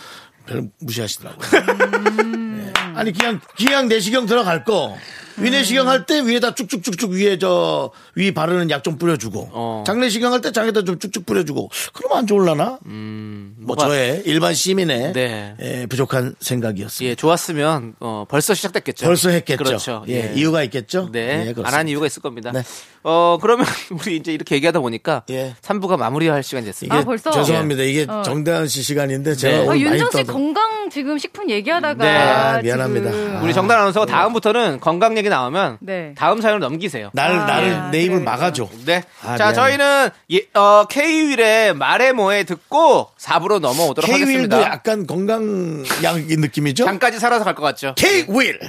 별 무시하시더라고요. 예. 아니 기왕 기왕 내시경 들어갈 거. 음. 위내시경 할 때 위에다 쭉쭉쭉쭉 위에 저 위 바르는 약 좀 뿌려주고 어. 장례시경 할 때 장에다 좀 쭉쭉 뿌려주고 그러면 안 좋을라나? 뭐 저의 일반 시민의 음, 네. 예, 부족한 생각이었습니다. 예, 좋았으면 어, 벌써 시작됐겠죠. 벌써 했겠죠. 그렇죠. 예, 이유가 있겠죠. 네, 예, 그렇습니다. 안 한 이유가 있을 겁니다. 네. 어, 그러면 우리 이제 이렇게 얘기하다 보니까 예. 3부가 마무리할 시간이 됐습니다. 이게 아, 벌써? 죄송합니다. 이게 어. 정다은 씨 시간인데 제가 네. 아, 오늘 어, 많이 윤정 씨 떠서 건강 지금 식품 얘기하다가. 네. 아, 지금 미안합니다. 아. 우리 정단 아나운서가 다음부터는 건강 얘기 나오면 네. 다음 사연을 넘기세요. 날 아, 나를 내 예, 입을 그래요. 막아줘. 네. 아, 자, 미안해. 저희는 예, 어, K윌의 말해 뭐해 듣고 4부로 넘어오도록 K윌도 하겠습니다. 약간 건강 약이 느낌이죠. 잠까지 살아서 갈 것 같죠? K윌.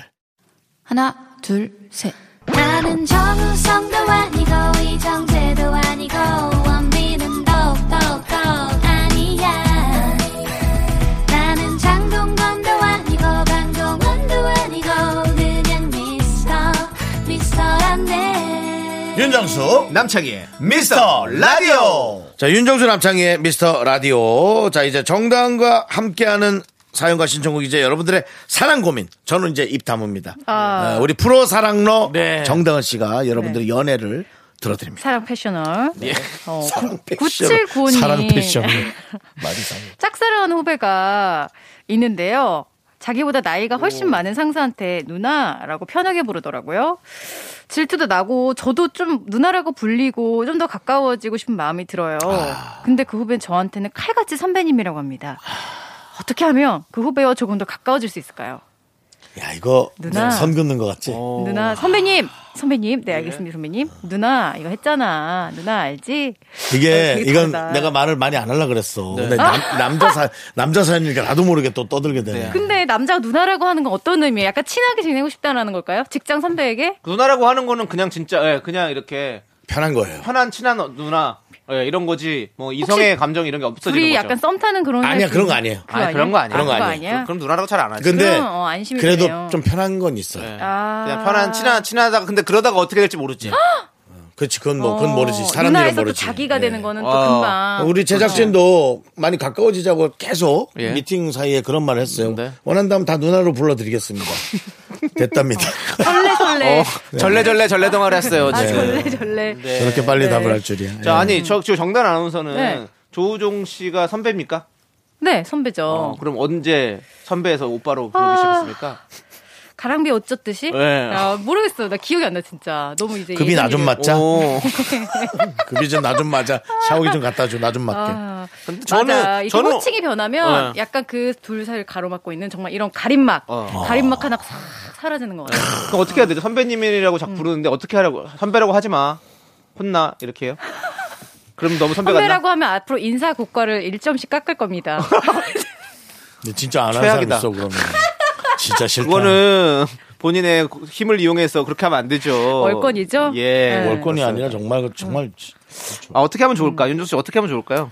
하나, 둘, 셋. 나는 정우성도 아니고 이정재도 아니고 원빈은 더욱더 아니야 나는 장동건도 아니고 강동원도 아니고 그냥 미스터 미스터란데 윤정수 남창희의 미스터 라디오 자 윤정수 남창희의 미스터 라디오. 자 이제 정다은과 함께하는 사연과 신청곡 이제 여러분들의 사랑 고민. 저는 이제 입 다뭅니다. 아. 어, 우리 프로 사랑러 네. 정다은 씨가 여러분들의 연애를 들어드립니다. 사랑 패셔널. 네. 네. 어, 사랑 패션. 9795님. 사랑 패션. 말이 상 짝사랑하는 후배가 있는데요. 자기보다 나이가 훨씬 많은 상사한테 누나라고 편하게 부르더라고요. 질투도 나고 저도 좀 누나라고 불리고 좀 더 가까워지고 싶은 마음이 들어요. 아. 근데 그 후배는 저한테는 칼같이 선배님이라고 합니다. 어떻게 하면 그 후배와 조금 더 가까워질 수 있을까요? 야, 이거 누나. 어. 선 긋는 것 같지? 누나 선배님 선배님 네 알겠습니다 선배님 누나 이거 했잖아 누나 알지? 어, 이게 되게 이건 다르다. 네. 내가 말을 많이 안 하려 그랬어. 근데 남, 자 사, 남자 사연이니까 나도 모르게 또 떠들게 되네. 근데 남자 누나라고 하는 건 어떤 의미예요? 약간 친하게 지내고 싶다라는 걸까요? 직장 선배에게? 누나라고 하는 거는 그냥 진짜 예, 그냥 이렇게 편한 거예요. 편한 친한 누나 예, 이런 거지. 뭐 이성의 감정 이런 게 없어지는 둘이 거죠. 약간 썸 타는 그런 아니야, 느낌? 그런 거 아니에요. 그거 아니, 그런 거 아니야. 그런 거 그거 아니에요. 아니야? 그럼 누나라고 잘 안 하죠. 근데 그럼, 어, 안심이 그래도 되네요. 좀 편한 건 있어요. 예. 아. 그냥 편한 친하 친하다가 근데 그러다가 어떻게 될지 모르지. 그렇지, 그건 뭐 그건 어, 모르지. 사람 일은 누나에서 또 모르지. 자기가 예. 되는 거는 또 와. 금방. 우리 제작진도 많이 가까워지자고 계속 예. 미팅 사이에 그런 말을 했어요. 네. 원한다면 다 누나로 불러드리겠습니다. 됐답니다. 설레 어. 설레. 네. 절레절레 절레덩어리 했어요. 아 지금. 절레 절레. 저렇게 빨리 네. 답을 할 줄이야. 예. 자, 아니, 저, 저 정단 아나운서는 네. 조우종 씨가 선배입니까? 네 선배죠. 어, 그럼 언제 선배에서 오빠로 부르기 아. 시작했습니까? 가랑비 어쩌듯이? 네. 아, 모르겠어요. 나 기억이 안 나 진짜. 너무 이제 급이 나 좀 예전이래. 맞자. 오. 급이 좀 나 좀 맞아. 샤워기 좀 갖다 줘. 나 좀 맞게. 아, 근데 저는- 맞아. 이게 저는- 호칭이 변하면 네. 약간 그 둘 사이를 가로막고 있는 정말 이런 가림막, 어. 가림막 하나 싹 사라지는 것 같아요. 그럼 어떻게 해야 되죠? 선배님이라고 음. 자꾸 부르는데 어떻게 하라고? 선배라고 하지 마. 혼나. 이렇게 해요? 그럼 너무 선배 같나? 선배라고 하면 앞으로 인사 고과를 1점씩 깎을 겁니다. 근데 진짜 안 하는 최악이다. 사람 있어 그러면. 진짜 싫다. 그거는 본인의 힘을 이용해서 그렇게 하면 안 되죠. 월권이죠? 예. 네. 월권이 아니라 정말 그- 정말 아, 어떻게 하면 좋을까? 윤종 씨 어떻게 하면 좋을까요?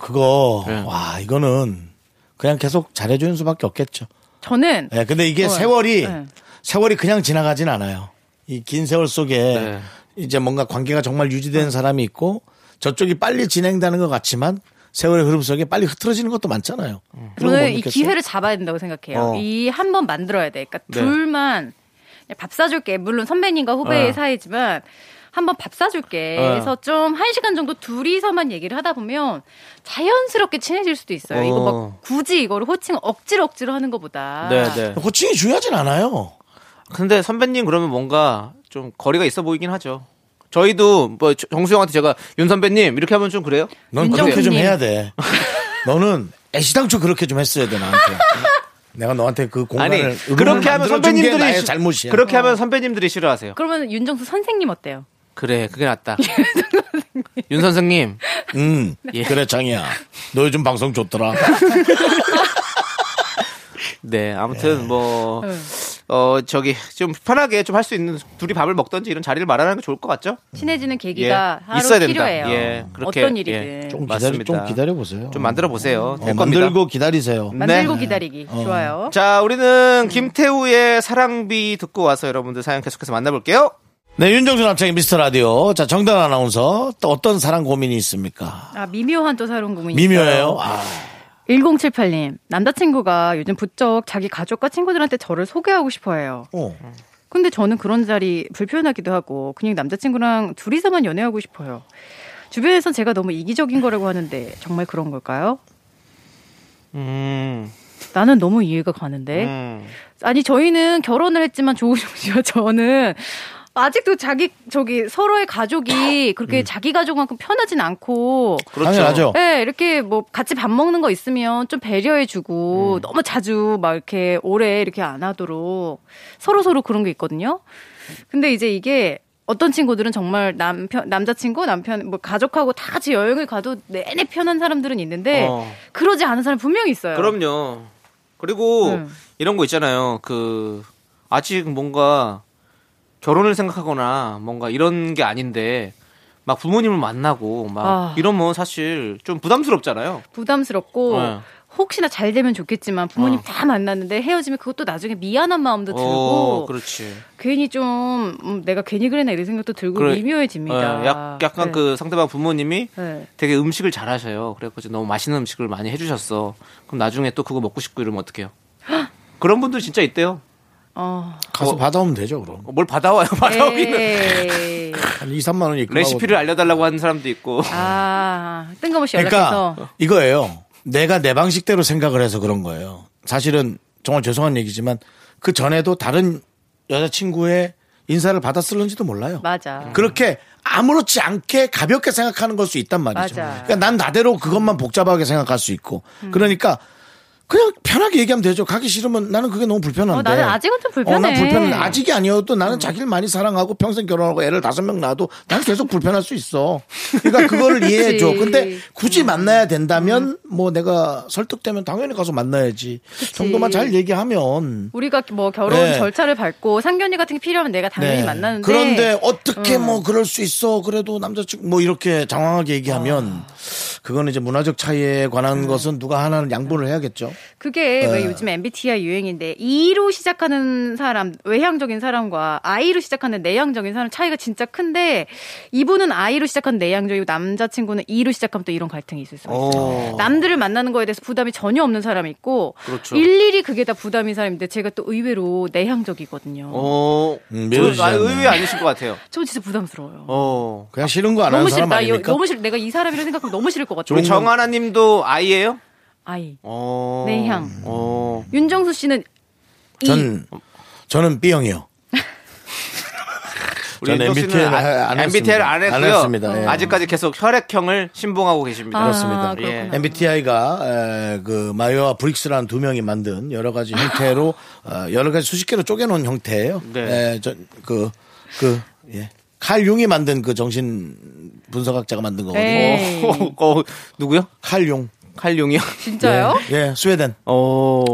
그거 네. 와 이거는 그냥 계속 잘해주는 수밖에 없겠죠. 저는 네, 예, 근데 이게 어, 세월이 네. 세월이 그냥 지나가진 않아요. 이 긴 세월 속에 네. 이제 뭔가 관계가 정말 유지되는 사람이 있고 저쪽이 빨리 진행되는 것 같지만 세월의 흐름 속에 빨리 흐트러지는 것도 많잖아요. 그런 거못 저는 이 느꼈어요? 기회를 잡아야 된다고 생각해요. 어. 이 한 번 만들어야 돼. 그러니까 네. 둘만 그냥 밥 사줄게. 물론 선배님과 후배의 어. 사이지만 한 번 밥 사줄게. 어. 해서 좀 한 시간 정도 둘이서만 얘기를 하다 보면 자연스럽게 친해질 수도 있어요. 이거 어. 막 굳이 이거를 호칭 억지로 억지로 하는 것보다. 네, 네. 호칭이 중요하진 않아요. 근데 선배님 그러면 뭔가 좀 거리가 있어 보이긴 하죠. 저희도 뭐 저- 정수영한테 제가 윤 선배님 이렇게 하면 좀 그래요? 넌 윤정수 그렇게 좀 님. 해야 돼. 너는 애시당초 그렇게 좀 했어야 돼 나한테. 내가 너한테 그 공간을 아니 룸을 그렇게 만들어준 게 하면 선배님들이 나의 시- 잘못이야. 그렇게 어. 하면 선배님들이 싫어하세요. 그러면 윤정수 선생님 어때요? 그래 그게 낫다. 윤 선생님 음, 예. 그래 장이야. 너 요즘 방송 좋더라. 어, 네, 아무튼 뭐, 네. 어, 저기, 좀 편하게 좀 할 수 있는, 둘이 밥을 먹든지 이런 자리를 마련하는 게 좋을 것 같죠? 친해지는 계기가 예, 하루 있어야 된다. 필요해요. 예, 그렇게, 어떤 예. 일이든 좀 기다려, 맞습니다. 좀 기다려 보세요. 좀 만들어 보세요. 될 겁니다. 만들고 기다리세요. 만들고 네. 기다리기 좋아요. 자, 우리는 김태우의 사랑비 듣고 와서 여러분들 사연 계속해서 만나볼게요. 네, 윤정수 남창의 미스터 라디오. 자, 정단 아나운서 또 어떤 사랑 고민이 있습니까? 아 미묘한 또 사랑 고민이 네. 미묘해요. 아, 1078님 남자친구가 요즘 부쩍 자기 가족과 친구들한테 저를 소개하고 싶어해요. 어. 근데 저는 그런 자리 불편하기도 하고 그냥 남자친구랑 둘이서만 연애하고 싶어요. 주변에선 제가 너무 이기적인 거라고 하는데 정말 그런 걸까요? 음, 나는 너무 이해가 가는데 음. 아니 저희는 결혼을 했지만 조우종 씨와 저는 아직도 자기 저기 서로의 가족이 음. 그렇게 자기 가족만큼 편하진 않고 그렇죠. 당연하죠. 네, 이렇게 뭐 같이 밥 먹는 거 있으면 좀 배려해주고 음. 너무 자주 막 이렇게 오래 이렇게 안 하도록 서로 서로 그런 게 있거든요. 근데 이제 이게 어떤 친구들은 정말 남편 남자친구 남편 뭐 가족하고 다 같이 여행을 가도 내내 편한 사람들은 있는데 어. 그러지 않은 사람 분명히 있어요. 그럼요. 그리고 음. 이런 거 있잖아요. 그, 아직 뭔가 결혼을 생각하거나 뭔가 이런 게 아닌데, 막 부모님을 만나고 막 아. 이러면 사실 좀 부담스럽잖아요. 부담스럽고 네. 혹시나 잘 되면 좋겠지만 부모님 어. 다 만났는데 헤어지면 그것도 나중에 미안한 마음도 어, 들고 그렇지. 괜히 좀 음, 내가 괜히 그랬나 이런 생각도 들고 그래. 미묘해집니다. 어, 약, 약간 네. 그 상대방 부모님이 네. 되게 음식을 잘하셔요. 그래가지고 너무 맛있는 음식을 많이 해주셨어. 그럼 나중에 또 그거 먹고 싶고 이러면 어떡해요? 그런 분들 진짜 있대요. 어, 어. 가서 받아오면 되죠, 그럼. 뭘 받아와요, 받아오기는. 네. 에이. 한 2, 3만 원 입고. 레시피를 알려달라고 하는 사람도 있고. 아 뜬금없이 연락해서 그러니까 이거예요. 내가 내 방식대로 생각을 해서 그런 거예요. 사실은 정말 죄송한 얘기지만 그 전에도 다른 여자친구의 인사를 받았을런지도 몰라요. 맞아. 음. 그렇게 아무렇지 않게 가볍게 생각하는 걸 수 있단 말이죠. 맞아. 그러니까 난 나대로 그것만 복잡하게 생각할 수 있고. 음. 그러니까 그냥 편하게 얘기하면 되죠. 가기 싫으면 나는 그게 너무 불편한데. 어, 나는 아직은 좀 불편해. 음. 어, 난 불편해. 아직이 아니어도 나는 자기를 많이 사랑하고 평생 결혼하고 애를 다섯 명 낳아도 난 계속 불편할 수 있어. 그러니까 그걸 이해해 줘. 근데 음. 굳이 만나야 된다면 뭐 내가 설득되면 당연히 가서 만나야지. 정도만 잘 얘기하면 우리가 뭐 결혼 네. 절차를 밟고 상견례 같은 게 필요하면 내가 당연히 네. 만나는데 음. 그런데 어떻게 뭐 그럴 수 있어 그래도 남자친구 뭐 이렇게 장황하게 얘기하면 아. 그거는 이제 문화적 차이에 음. 관한 것은 누가 하나는 양보를 해야겠죠 그게 네. 왜 요즘 MBTI 유행인데 E로 시작하는 사람 외향적인 사람과 I로 시작하는 내향적인 사람 차이가 진짜 큰데 이분은 I로 시작한 내향적이고 남자친구는 E로 시작하면 또 이런 갈등이 있을 수가 있어요. 남들을 만나는 거에 대해서 부담이 전혀 없는 사람이 있고 그렇죠. 일일이 그게 다 부담인 사람인데 제가 또 의외로 내향적이거든요. 어, 음, 저- 아, 매워지지 않네요. 의외 아니신 것 같아요. 저 진짜 부담스러워요. 어. 그냥 싫은 거 안 하는 너무 싫다. 사람 나 이거 아닙니까 너무 싫. 내가 이 사람이라 생각하면 너무 싫을 것 같아. 우리 정하나 님도 아이예요? 아이. 어. 내향. 어. 윤정수 씨는 이. 전 저는 B형이요 우리 저는 윤정 씨는 MBTI 를 아, 안 했습니다. MBTI를 안 했고요. 안 했습니다. 예. 아직까지 계속 혈액형을 신봉하고 계십니다. 예. 아, 그렇습니다. 어. 그렇구나. MBTI가 그 마요와 브릭스라는 두 명이 만든 여러 가지 형태로 어, 여러 가지 수십 개로 쪼개놓은 형태예요. 네. 에, 저, 그, 그, 예. 칼 용이 만든 그 정신 분석학자가 만든 거거든요. 에이, 어, 어, 누구요? 칼 용. 칼룡이요? 진짜요? 예, 스웨덴. 어.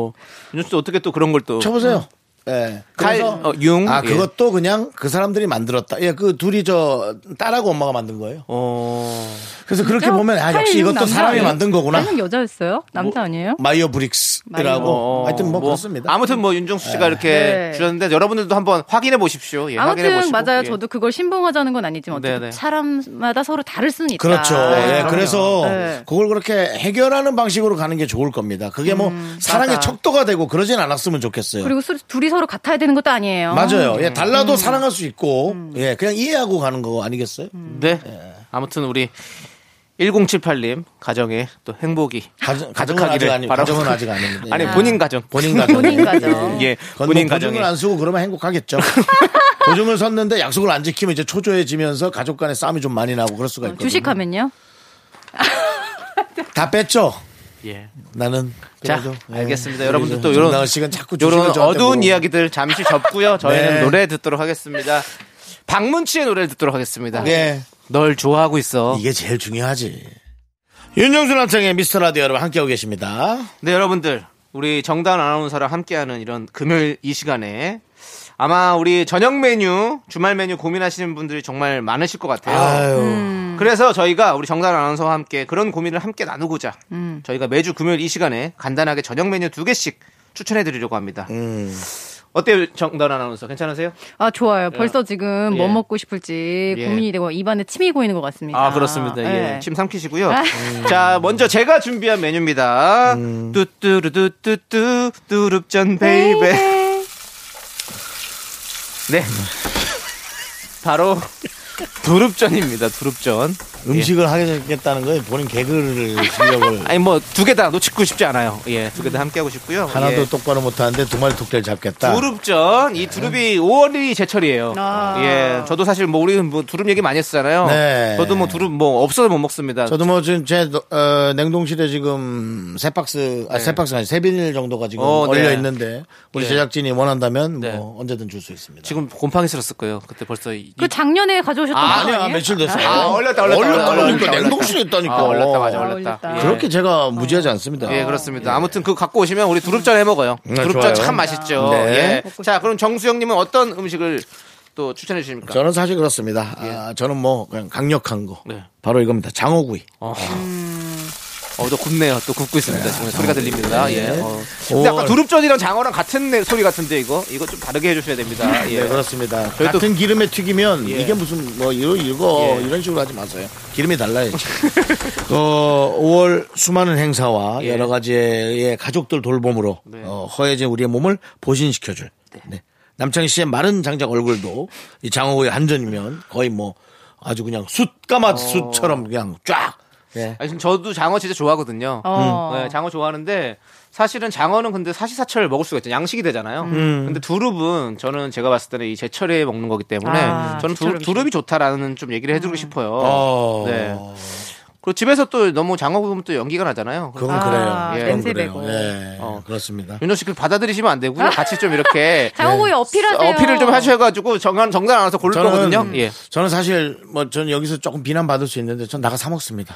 윤정 씨 어떻게 또 그런 걸 또. 쳐보세요. 예. 칼, 그래서- 어, 융. 아, 예. 그것도 그냥 그 사람들이 만들었다. 예, 그 둘이 저 딸하고 엄마가 만든 거예요. 어. 그래서 그렇게 진짜? 보면 아, 칼 역시 용 이것도 남자 사람이 아니에요? 만든 거구나. 뭐, 다른 여자였어요? 남자 아니에요? 마이어 브릭스라고. 어, 하여튼 뭐, 그렇습니다. 아무튼 뭐 윤정수 씨가 이렇게 네. 주셨는데 여러분들도 한번 확인해 보십시오. 예, 확인해 보시고. 아무튼 맞아요. 예. 저도 그걸 신봉하자는 건 아니지만 어쨌든 네네. 사람마다 서로 다를 수는 있다. 그렇죠. 예, 그럼요. 그래서 아, 네. 그걸 그렇게 해결하는 방식으로 가는 게 좋을 겁니다. 그게 뭐 사랑의 음, 맞아. 척도가 되고 그러진 않았으면 좋겠어요. 그리고 수- 둘이 서로 같아야 되는 것도 아니에요. 맞아요. 음. 예, 달라도 음. 사랑할 수 있고, 예, 그냥 이해하고 가는 거 아니겠어요? 네. 아무튼 우리 1078님 가정에 또 행복이 가정, 가정은 아직 가득하기를 아니, 바라고. 가정은 아직 아닙니다. 아니 예. 본인 가정. 본인 가정. 본인 가정. 예, 그건 본인 뭐 가정에. 보증을 안 쓰고 그러면 행복하겠죠. 보증을 섰는데 약속을 안 지키면 이제 초조해지면서 가족 간에 싸움이 좀 많이 나고 그럴 수가 있거든요. 어, 주식하면요? 다 뺐죠. 예. 나는 자, 그래도, 예. 알겠습니다. 여러분들 또 그래도 요런- 정다은 씨가 자꾸 요런 주식을 저한테 어두운 물어보고. 이야기들 잠시 접고요. 저희는 네. 노래 듣도록 하겠습니다. 박문치의 노래를 듣도록 하겠습니다. 예. 널 좋아하고 있어. 이게 제일 중요하지. 윤정수 남창의 미스터 라디오 여러분 함께하고 계십니다. 네, 여러분들. 우리 정단 아나운서랑 함께하는 이런 금요일 이 시간에 아마 우리 저녁 메뉴, 주말 메뉴 고민하시는 분들이 정말 많으실 것 같아요. 아유. 음. 그래서 저희가 우리 정단 아나운서와 함께 그런 고민을 함께 나누고자 저희가 매주 금요일 이 시간에 간단하게 저녁 메뉴 두 개씩 추천해 드리려고 합니다. 음. 어때요, 정단 아나운서? 괜찮으세요? 아 좋아요. 벌써 지금 예. 뭐 먹고 싶을지 예. 고민이 되고 입안에 침이 고이는 것 같습니다. 아, 그렇습니다. 예. 예. 침 삼키시고요. 아. 음. 자, 먼저 제가 준비한 메뉴입니다. 음. 뚜뚜루뚜뚜뚜 뚜룹전 베이베. 네. 바로 두릅전입니다. 두릅전. 음식을 하겠다는 거에 본인 개그를 실력을 아니 뭐 두 개 다 놓치고 싶지 않아요. 예. 두 개 다 함께 하고 싶고요. 하나도 예. 똑바로 못하는데 두 마리 토끼를 잡겠다. 네. 두릅전 이 두릅이 5월이 제철이에요. 아. 예, 저도 사실 뭐 우리는 뭐 두릅 얘기 많이 했잖아요. 네. 저도 뭐 두릅 뭐 없어서 못 먹습니다. 저도 뭐 지금 제 어, 냉동실에 지금 세 박스 아 세 박스가 아니라 세 비닐 정도가 지금 어, 네. 얼려 있는데 우리 예. 제작진이 원한다면 네. 뭐 언제든 줄 수 있습니다. 지금 곰팡이 쓸었을 거예요. 그때 벌써 이- 그 작년에 가져오셨던 아, 거 아니야 아니에요? 며칠 됐어. 아, 얼렸다, 얼렸다, 얼렸다 얼렸다, 그러니까 얼렸다. 냉동실에 있다니까. 아, 얼렸다 맞아 아, 얼렸다. 얼렸다. 예. 그렇게 제가 무지하지 않습니다. 예 그렇습니다. 아무튼 그 갖고 오시면 우리 두릅전 해 먹어요. 네, 두릅전 좋아요. 참 맛있죠. 네. 예. 자 그럼 정수영님은 어떤 음식을 또 추천해 주십니까? 예. 저는 사실 그렇습니다. 아, 저는 뭐 그냥 강력한 거 그러니까. 네. 바로 이겁니다. 장어구이. 어. 어, 또 굽네요. 또 굽고 있습니다. 지금 소리가 들립니다. 예. 어. 근데 네. 아까 오월. 두릅전이랑 장어랑 같은 내- 소리 같은데 이거 이거 좀 다르게 해주셔야 됩니다. 예. 네 그렇습니다. 저희도- 같은 기름에 튀기면 예. 이게 무슨 뭐 이거 읽어 예. 이런 식으로 하지 마세요. 기름이 달라야지. 어, 5월 수많은 행사와 예. 여러 가지의 가족들 돌봄으로 네. 어, 허해진 우리의 몸을 보신시켜줄. 네. 남창희 씨의 마른 장작 얼굴도 이 장어의 한 전이면 거의 뭐 아주 그냥 숯 까마 어. 숯처럼 그냥 쫙. 예. 아니, 지금 저도 장어 진짜 좋아하거든요. 어. 네, 장어 좋아하는데 사실은 장어는 근데 사시사철 먹을 수가 있죠. 양식이 되잖아요. 음. 음. 근데 두릅은 저는 제가 봤을 때는 이 제철에 먹는 거기 때문에 아, 저는 제철 두, 음식. 음. 두릅이 좋다라는 좀 얘기를 해드리고 싶어요. 어. 네. 그리고 집에서 또 너무 장어 구우면 또 연기가 나잖아요. 그건 아, 그래요. 그건 냄새 그래요. 배고. 예. 어. 그렇습니다. 윤호 씨그 받아들이시면 안 되고요. 같이 좀 이렇게 장어구이 어필하세요. 네. 어필을 좀 하셔가지고 정한 정단 알아서 고를 거거든요. 예. 음, 저는 사실 뭐 저는 여기서 조금 비난 받을 수 있는데 전 나가 사 먹습니다.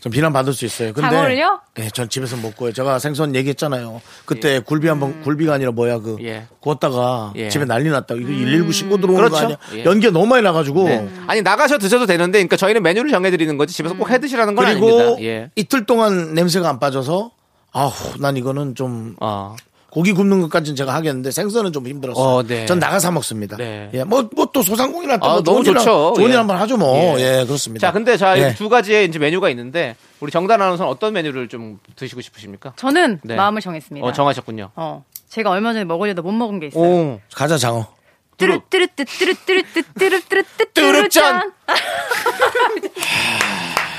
전 비난 받을 수 있어요. 근데 장어를요? 네, 전 집에서 못 구워요. 제가 생선 얘기했잖아요. 그때 굴비 한번 음. 굴비가 아니라 뭐야 그 예. 구웠다가 예. 집에 난리 났다. 이거 119 신고 들어오는 거 그렇죠. 아니야? 예. 연기가 너무 많이 나가지고 네. 아니 나가셔 드셔도 되는데, 그러니까 저희는 메뉴를 정해드리는 거지 집에서 꼭 해드시라는 건 음. 그리고 아닙니다. 예. 이틀 동안 냄새가 안 빠져서 아우 난 이거는 좀 어. 고기 굽는 것까지는 제가 하겠는데 생선은 좀 힘들었어요. 어, 네. 전 나가서 먹습니다. 네. 예, 뭐 뭐 또 소상공이나 또 아, 뭐 너무 좋은 일 한- 좋죠. 좋은 예. 일 한번 하죠 뭐. 예. 예, 그렇습니다. 자, 근데 자, 예. 두 가지의 이제 메뉴가 있는데 우리 정단 아나운서는 어떤 메뉴를 좀 드시고 싶으십니까? 저는 네. 마음을 정했습니다. 어, 정하셨군요. 어. 제가 얼마 전에 먹으려다 못 먹은 게 있어요. 오. 가자 장어. 뚜루 뚜루 뚜 뚜루 뚜루 뚜 뚜루 뚜루 뚜 뚜루 뚜루짠. 짠.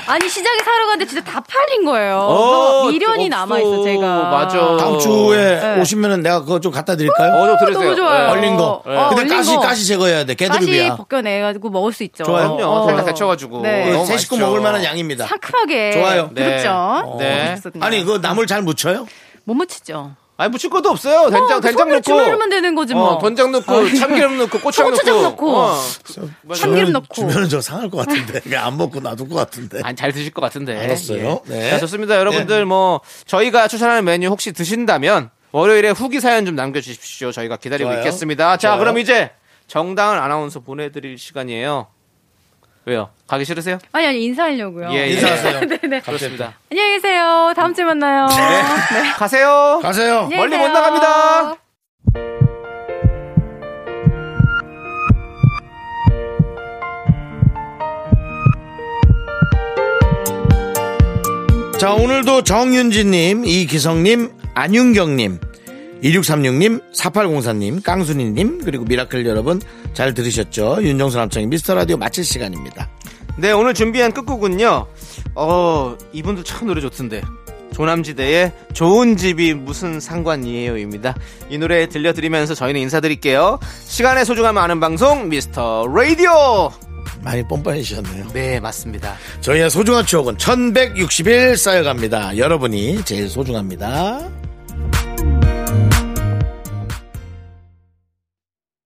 아니 시장에 사러 갔는데 진짜 다 팔린 거예요. 어, 그래서 미련이 없어. 남아 있어 제가. 맞아. 다음 어. 주에 네. 오시면은 내가 그거 좀 갖다 드릴까요? 어, 좀 들으세요. 너무 좋아요. 예. 얼린 거. 어, 근데 얼린 가시 거. 가시 제거해야 돼. 다시 개드립이야. 벗겨내가지고 먹을 수 있죠. 어. 좋아요. 그럼요. 어, 살짝 데쳐가지고. 네. 너무 세 식구 맛있죠. 먹을 만한 양입니다. 상큼하게. 좋아요. 네. 그렇죠. 네. 아니 그 나물 잘 묻혀요? 못 묻히죠. 아니 묻힐 것도 없어요. 된장 어, 된장 손으로 넣고. 주물르면 되는 거지 뭐. 어, 된장 넣고 참기름 넣고 고추장 넣고. 고추장 넣고. 어. 참기름 넣고. 주면은 저 상할 것 같은데. 그냥 안 먹고 놔둘 것 같은데. 아니, 잘 드실 것 같은데. 네. 알았어요. 예. 네. 자, 좋습니다. 여러분들 뭐 저희가 추천하는 메뉴 혹시 드신다면 월요일에 후기 사연 좀 남겨 주십시오. 저희가 기다리고 좋아요. 있겠습니다. 자, 좋아요. 그럼 이제 정당한 아나운서 보내 드릴 시간이에요. 왜요? 가기 싫으세요? 아니 아니 인사하려고요. 예, 예. 인사하세요. 네네. 그렇습니다. 안녕히 계세요. 다음 주에 만나요. 네. 가세요. 가세요. 안녕히 멀리 못 계세요. 나갑니다. 자 오늘도 정윤지님, 이기성님, 안윤경님, 2636님, 4804님, 깡순이님 그리고 미라클 여러분 잘 들으셨죠? 윤정수 남창의 미스터 라디오 마칠 시간입니다. 네, 오늘 준비한 끝곡은요. 어, 이분도 참 노래 좋던데. 조남지대의 좋은 집이 무슨 상관이에요입니다. 이 노래 들려드리면서 저희는 인사드릴게요. 시간의 소중함 아는 방송 미스터 라디오. 많이 뻔뻔해지셨네요. 네, 맞습니다. 저희의 소중한 추억은 1161 쌓여갑니다. 여러분이 제일 소중합니다.